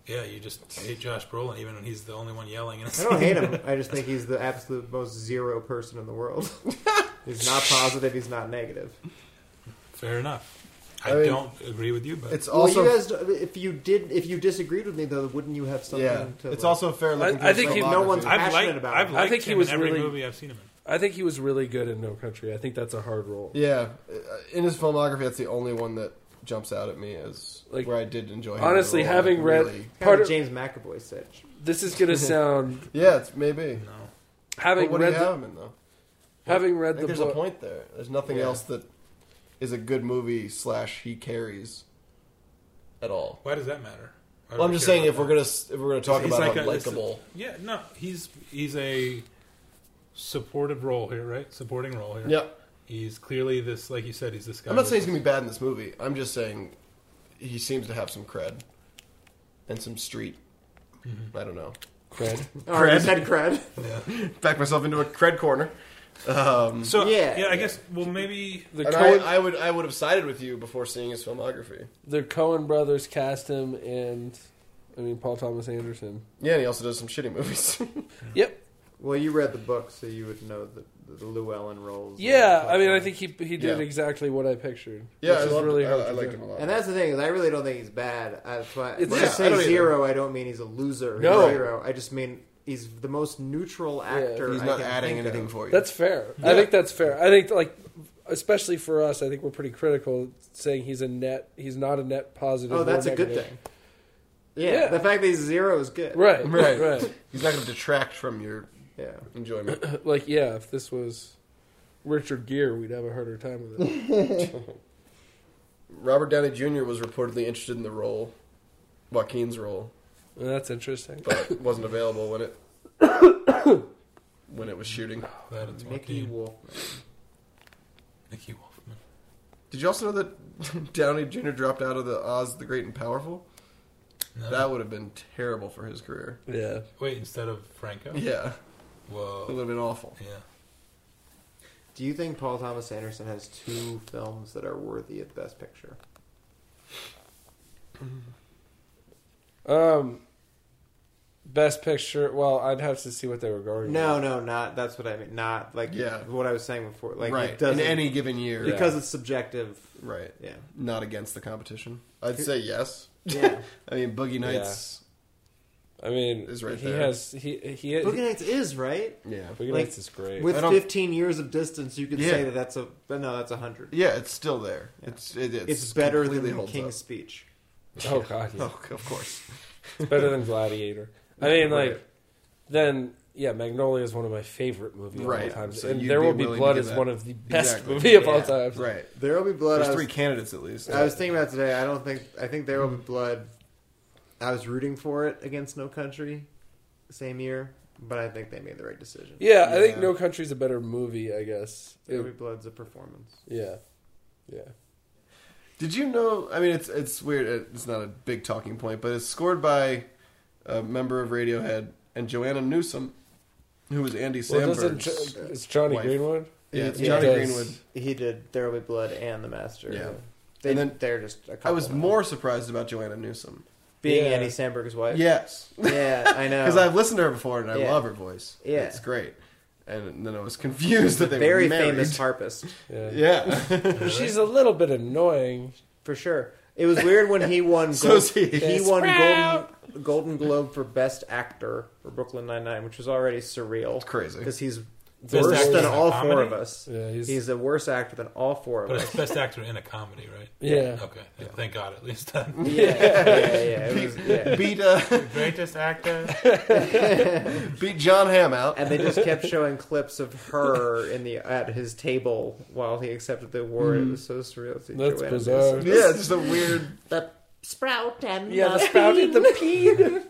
Speaker 4: Yeah, you just hate Josh Brolin even when he's the only one yelling. In a
Speaker 2: I don't hate
Speaker 4: scene.
Speaker 2: him. I just think he's the absolute most zero person in the
Speaker 3: (laughs)
Speaker 2: world. he's not positive. He's not negative.
Speaker 4: Fair enough. I,
Speaker 2: I mean,
Speaker 4: don't agree with you, but
Speaker 1: it's
Speaker 2: Well, you guys, if you did, if you disagreed with me, though, wouldn't you have something?
Speaker 1: Yeah.
Speaker 2: to
Speaker 1: It's
Speaker 2: like-
Speaker 1: also fair looking I- through I his think he- filmography.
Speaker 2: no one's
Speaker 4: I've
Speaker 2: passionate
Speaker 4: liked-
Speaker 2: about.
Speaker 4: I've
Speaker 2: it.
Speaker 3: I think
Speaker 4: liked
Speaker 3: he
Speaker 4: him
Speaker 3: was
Speaker 4: in every
Speaker 3: really.
Speaker 4: movie I've seen him
Speaker 3: I think he was really good in No Country. I think that's a hard role.
Speaker 1: Yeah, uh, in his filmography, that's the only one that jumps out at me as like where I did enjoy. him
Speaker 3: honestly,
Speaker 1: overall,
Speaker 3: having
Speaker 1: like,
Speaker 3: read-
Speaker 1: really.
Speaker 2: Kind
Speaker 3: part
Speaker 2: of
Speaker 3: of-
Speaker 2: James McAvoy said.
Speaker 3: This is
Speaker 1: (laughs)
Speaker 3: gonna sound
Speaker 1: yeah, it's maybe.
Speaker 4: No.
Speaker 3: having
Speaker 1: But what
Speaker 3: read
Speaker 1: do you
Speaker 3: the-
Speaker 1: have him in though?
Speaker 3: having
Speaker 1: I
Speaker 3: read
Speaker 1: think
Speaker 3: the
Speaker 1: there's
Speaker 3: book.
Speaker 1: a point there. There's nothing
Speaker 2: Yeah.
Speaker 1: else that is a good movie slash he carries at all.
Speaker 4: Why does that matter? Why do
Speaker 1: Well, I'm
Speaker 4: we
Speaker 1: just
Speaker 4: care
Speaker 1: saying if
Speaker 4: about
Speaker 1: we're
Speaker 4: that?
Speaker 1: gonna s- if we're gonna talk
Speaker 4: He's
Speaker 1: about
Speaker 4: like
Speaker 1: how
Speaker 4: a- it's a-
Speaker 1: likable,
Speaker 4: yeah, no, he's he's a supportive role here, right? Supporting role here.
Speaker 1: Yep.
Speaker 4: He's clearly this, like you said, he's this guy.
Speaker 1: I'm not
Speaker 4: with-
Speaker 1: saying he's gonna be bad in this movie. I'm just saying he seems to have some cred and some street. I don't know.
Speaker 3: Cred.
Speaker 2: All right, you said
Speaker 1: (laughs)
Speaker 2: cred.
Speaker 1: Back myself into a cred corner. Um,
Speaker 4: So yeah,
Speaker 2: Yeah.
Speaker 4: I guess. Well, maybe
Speaker 3: The
Speaker 1: and
Speaker 3: Coen,
Speaker 1: I, I would I would have sided with you before seeing his filmography.
Speaker 3: the Coen brothers cast him, and I mean Paul Thomas Anderson.
Speaker 1: Yeah, and he also does some shitty (laughs) movies.
Speaker 3: Yep.
Speaker 2: (laughs) Well, you read the book, so you would know the, the Llewellyn roles.
Speaker 3: Yeah, I mean, I think he he did
Speaker 1: Yeah.
Speaker 3: exactly what I pictured.
Speaker 1: yeah,
Speaker 3: which
Speaker 1: I,
Speaker 3: is
Speaker 1: loved,
Speaker 3: really
Speaker 1: I,
Speaker 3: hard
Speaker 1: I
Speaker 3: to
Speaker 1: liked
Speaker 3: do.
Speaker 1: him a lot.
Speaker 2: And that's the thing is, I really don't think he's bad. That's why
Speaker 3: It's-
Speaker 2: when
Speaker 1: yeah,
Speaker 2: I
Speaker 1: I
Speaker 2: say
Speaker 1: don't either.
Speaker 2: zero, I don't mean he's a loser.
Speaker 3: No.
Speaker 2: zero. I just mean he's the most neutral actor.
Speaker 1: He's
Speaker 2: I
Speaker 1: not
Speaker 2: can
Speaker 1: adding
Speaker 2: think of.
Speaker 1: anything for you. (laughs)
Speaker 3: That's fair. I think that's fair. I think like especially for us, I think we're pretty critical saying he's a net he's not a net positive.
Speaker 2: Oh,
Speaker 3: or
Speaker 2: that's a good
Speaker 3: negative.
Speaker 2: thing. Yeah,
Speaker 3: Yeah.
Speaker 2: the fact that he's zero is good.
Speaker 3: Right.
Speaker 1: Right.
Speaker 3: Right. Right.
Speaker 1: He's not going to detract from your
Speaker 2: Yeah.
Speaker 3: (laughs)
Speaker 1: enjoyment.
Speaker 3: like yeah, if this was Richard Gere, we'd have a harder time with it.
Speaker 1: Robert Downey Jr. was reportedly interested in the role, Joaquin's role,
Speaker 3: Well, that's interesting. (laughs)
Speaker 1: but wasn't available when it (coughs) when it was shooting.
Speaker 4: that it's
Speaker 2: Mickey
Speaker 4: Mickey,
Speaker 2: Wolf.
Speaker 4: Mickey Wolfman.
Speaker 1: Did you also know that (laughs) Downey Jr. dropped out of the Oz the Great and Powerful?
Speaker 4: No.
Speaker 1: That would have been terrible for his career.
Speaker 3: Yeah.
Speaker 4: Wait, instead of Franco.
Speaker 1: Yeah, it would
Speaker 4: Whoa.
Speaker 1: have been awful.
Speaker 4: Yeah.
Speaker 2: Do you think Paul Thomas Anderson has two films that are worthy of Best Picture?
Speaker 3: Um. Best picture. Well, I'd have to see what they were going.
Speaker 2: No, no, not. That's what I mean. Not like
Speaker 1: Yeah.
Speaker 2: what I was saying before. Like
Speaker 1: right,
Speaker 2: it doesn't
Speaker 1: in any given year.
Speaker 2: because it's
Speaker 1: (laughs)
Speaker 2: subjective.
Speaker 1: Right.
Speaker 2: Yeah.
Speaker 1: Not against the competition. I'd say yes.
Speaker 2: Yeah.
Speaker 1: I mean, Boogie Nights.
Speaker 3: I mean,
Speaker 1: Is right
Speaker 3: he
Speaker 1: there.
Speaker 3: has he he.
Speaker 2: Boogie
Speaker 3: Boogie
Speaker 2: Nights is right.
Speaker 1: Yeah.
Speaker 2: like,
Speaker 3: Nights is great.
Speaker 2: With
Speaker 1: I don't-
Speaker 2: 15 years of distance, you could
Speaker 1: Yeah.
Speaker 2: say that that's a. But no, that's a hundred.
Speaker 1: Yeah, it's still there. It's it, it's,
Speaker 2: It's, better
Speaker 1: completely
Speaker 2: than
Speaker 1: holds
Speaker 2: King's
Speaker 1: up.
Speaker 2: Speech.
Speaker 3: oh god,
Speaker 1: (laughs)
Speaker 3: yeah.
Speaker 1: Oh, of course.
Speaker 3: It's better than Gladiator. I mean,
Speaker 1: Right.
Speaker 3: like, then yeah, Magnolia is one of my favorite movies of all
Speaker 1: Right.
Speaker 3: time,
Speaker 1: So
Speaker 3: and
Speaker 1: you'd
Speaker 3: There
Speaker 1: be
Speaker 3: Will Be
Speaker 1: willing to
Speaker 3: Blood
Speaker 1: give
Speaker 3: is
Speaker 1: that-
Speaker 3: one of the best
Speaker 1: Exactly.
Speaker 3: (laughs) movie of all
Speaker 2: Yeah.
Speaker 3: time.
Speaker 1: Right.
Speaker 2: There will be blood.
Speaker 1: There's
Speaker 2: I was,
Speaker 1: three candidates at least.
Speaker 2: I was thinking about it today. I don't think. I think there will be blood. I was rooting for it against No Country, same year, but I think they made the right decision.
Speaker 3: Yeah, I think
Speaker 1: Yeah.
Speaker 3: No Country's a better movie. I guess.
Speaker 2: There will
Speaker 3: It-
Speaker 2: be blood's a performance.
Speaker 3: yeah, yeah.
Speaker 1: Did you know? I mean, it's it's weird. It's not a big talking point, but it's scored by a member of Radiohead and Joanna Newsom, who was Andy
Speaker 3: Well, doesn't
Speaker 1: Samberg's.
Speaker 3: Jo- it's Johnny
Speaker 1: wife.
Speaker 3: Greenwood?
Speaker 1: yeah, it's
Speaker 2: Yeah.
Speaker 1: Johnny
Speaker 3: Does-
Speaker 1: Greenwood.
Speaker 2: He did. There will be blood and The Master.
Speaker 1: Yeah.
Speaker 2: They,
Speaker 1: And then-
Speaker 2: they're just. A
Speaker 1: I
Speaker 2: couple
Speaker 1: was
Speaker 2: now.
Speaker 1: more surprised about Joanna Newsom.
Speaker 2: being
Speaker 3: Yeah.
Speaker 2: Andy Samberg's wife.
Speaker 1: Yes,
Speaker 2: yeah, I know.
Speaker 1: because I've listened to her before and I
Speaker 2: Yeah.
Speaker 1: love her voice.
Speaker 2: Yeah.
Speaker 1: it's great. and then I was (laughs) confused that they
Speaker 2: Very
Speaker 1: were married.
Speaker 2: famous harpist.
Speaker 1: (laughs) Yeah,
Speaker 2: She's
Speaker 3: a little bit annoying
Speaker 2: for sure. It was weird when he (laughs) won.
Speaker 1: So
Speaker 2: gold,
Speaker 1: is he.
Speaker 2: he won
Speaker 1: Sprout.
Speaker 2: golden, golden Globe for Best Actor for Brooklyn Nine Nine, which was already surreal. It's crazy because he's
Speaker 4: Best
Speaker 2: worse
Speaker 4: actor
Speaker 2: than
Speaker 4: in a
Speaker 2: all four
Speaker 4: comedy?
Speaker 2: of us.
Speaker 4: Yeah,
Speaker 2: he's,
Speaker 4: he's-
Speaker 2: a worse actor than all four of
Speaker 4: But
Speaker 2: us.
Speaker 4: it's best actor in a comedy, right?
Speaker 2: Yeah.
Speaker 4: Okay. Thank God,
Speaker 1: (laughs)
Speaker 4: at least.
Speaker 2: Yeah, yeah, yeah, it was- yeah.
Speaker 1: Beat uh,
Speaker 4: greatest actor.
Speaker 1: beat John Hamm out,
Speaker 2: and they just kept showing clips of her in the at his table while he accepted the award. It
Speaker 4: Hmm.
Speaker 1: Mhm.
Speaker 2: was so surreal. It's
Speaker 1: That's
Speaker 2: Joanna
Speaker 1: bizarre.
Speaker 2: Mason.
Speaker 1: (laughs) Yeah, just a weird-
Speaker 2: The sprout and
Speaker 3: Yeah, the sprout and the peen.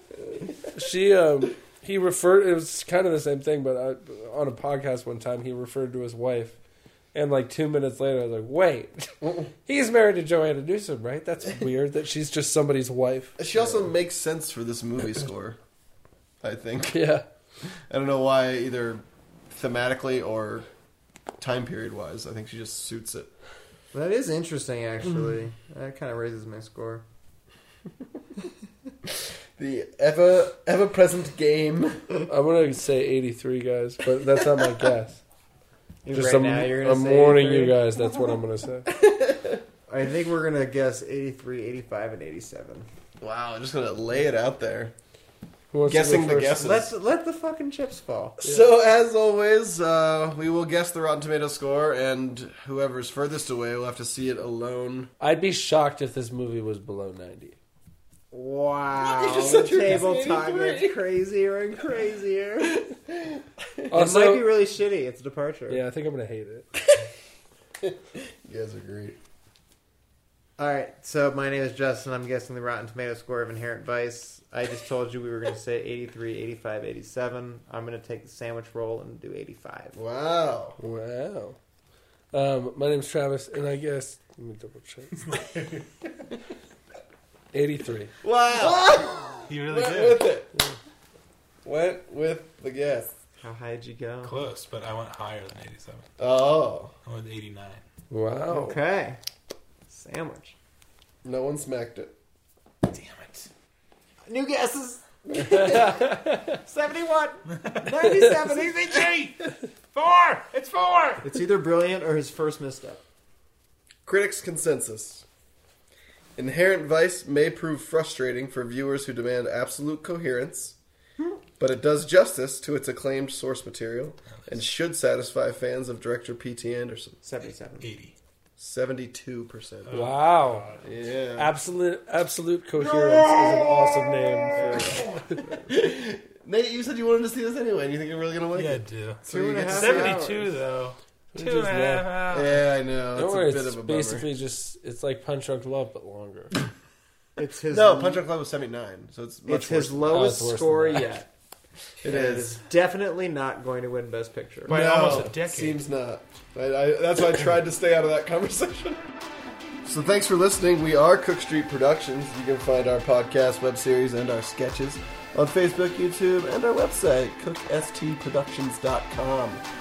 Speaker 2: (laughs)
Speaker 3: she um he referred it was kind of the same thing but I, on a podcast one time he referred to his wife and like two minutes later i was like
Speaker 2: (laughs)
Speaker 3: wait he's married to joanna newsom right that's weird that she's just somebody's wife
Speaker 1: She also makes sense for this movie score, I
Speaker 2: (laughs)
Speaker 1: think.
Speaker 3: Yeah.
Speaker 1: I don't know why, either thematically or time period wise. I think she just suits it.
Speaker 2: That is interesting, actually. That kind of raises my score.
Speaker 1: The ever ever present game.
Speaker 3: i'm gonna say 83 guys but that's
Speaker 2: (laughs)
Speaker 3: not my guess
Speaker 2: You-
Speaker 3: just
Speaker 2: right
Speaker 3: i'm,
Speaker 2: now you're gonna
Speaker 3: I'm
Speaker 2: say
Speaker 3: warning
Speaker 2: 83?
Speaker 3: you guys that's what i'm gonna
Speaker 2: (laughs)
Speaker 3: say
Speaker 2: I think we're gonna guess 83, 85, and 87.
Speaker 1: Wow, just gonna lay it out there.
Speaker 3: Who wants to go
Speaker 1: Guessing the
Speaker 3: first?
Speaker 1: guesses.
Speaker 2: Let's let the fucking chips fall.
Speaker 1: So as always, uh, we will guess the Rotten Tomato score, and whoever's furthest away will have to see it alone.
Speaker 3: i'd be shocked if this movie was below 90
Speaker 2: Wow,
Speaker 15: You just
Speaker 2: the
Speaker 15: said you were
Speaker 2: table
Speaker 15: guessing
Speaker 2: talk
Speaker 15: 83.
Speaker 2: gets crazier and crazier.
Speaker 3: Also-
Speaker 2: it might be really shitty. It's a departure.
Speaker 3: yeah i think i'm gonna hate it
Speaker 1: You guys are great.
Speaker 2: All right, so my name is Justin. I'm guessing the Rotten Tomato score of Inherent Vice. I just told you we were going to say 83, 85, 87. I'm going to take the sandwich roll and do 85.
Speaker 1: Wow.
Speaker 3: Wow. Um, my name's Travis, and I guess let me double check.
Speaker 1: (laughs)
Speaker 3: Eighty-three.
Speaker 1: Wow.
Speaker 4: You really
Speaker 1: Went with
Speaker 4: did.
Speaker 1: it. Went with the guess.
Speaker 2: How high did you go?
Speaker 4: Close, but I went higher than 87.
Speaker 1: Oh.
Speaker 4: I went 89.
Speaker 3: Wow.
Speaker 2: Okay. Sandwich.
Speaker 1: No one smacked it.
Speaker 2: New guesses.
Speaker 4: (laughs)
Speaker 2: 71, 97, 83.
Speaker 4: Four! It's four!
Speaker 2: It's either brilliant or his first misstep.
Speaker 1: Critics' consensus. Inherent Vice may prove frustrating for viewers who demand absolute coherence, but it does justice to its acclaimed source material and should satisfy fans of director P.T. Anderson.
Speaker 2: 77.
Speaker 4: 80.
Speaker 3: Uh,
Speaker 1: 72%.
Speaker 3: Wow.
Speaker 1: Yeah.
Speaker 3: Absolute absolute coherence is an awesome name. For,
Speaker 1: (laughs) Nate, you said you wanted to see this anyway, and you think you're really going to like
Speaker 4: Yeah, I
Speaker 1: it?
Speaker 4: do.
Speaker 1: So you get to see it.
Speaker 4: 72, though.
Speaker 3: Who
Speaker 4: Two
Speaker 3: does
Speaker 4: and a
Speaker 3: that?
Speaker 4: half hours.
Speaker 1: Yeah, I know.
Speaker 3: Don't
Speaker 1: it's
Speaker 3: worry,
Speaker 1: a bit
Speaker 3: it's
Speaker 1: of a bummer.
Speaker 3: basically just it's like Punch Drunk Love but longer.
Speaker 2: It's his
Speaker 1: No, Punch Out Club was 79, so it's much
Speaker 2: It's his
Speaker 1: worse.
Speaker 2: lowest
Speaker 3: Oh, it's worse
Speaker 2: score
Speaker 3: than that.
Speaker 2: yet.
Speaker 1: It
Speaker 2: And
Speaker 1: is.
Speaker 2: definitely not going to win Best Picture.
Speaker 4: By almost a decade.
Speaker 1: Seems not. I, I, that's why I tried to stay out of that conversation. (laughs) So thanks for listening. We are Cook Street Productions. You can find our podcast, web series, and our sketches on Facebook, YouTube, and our website, cookstproductions.com.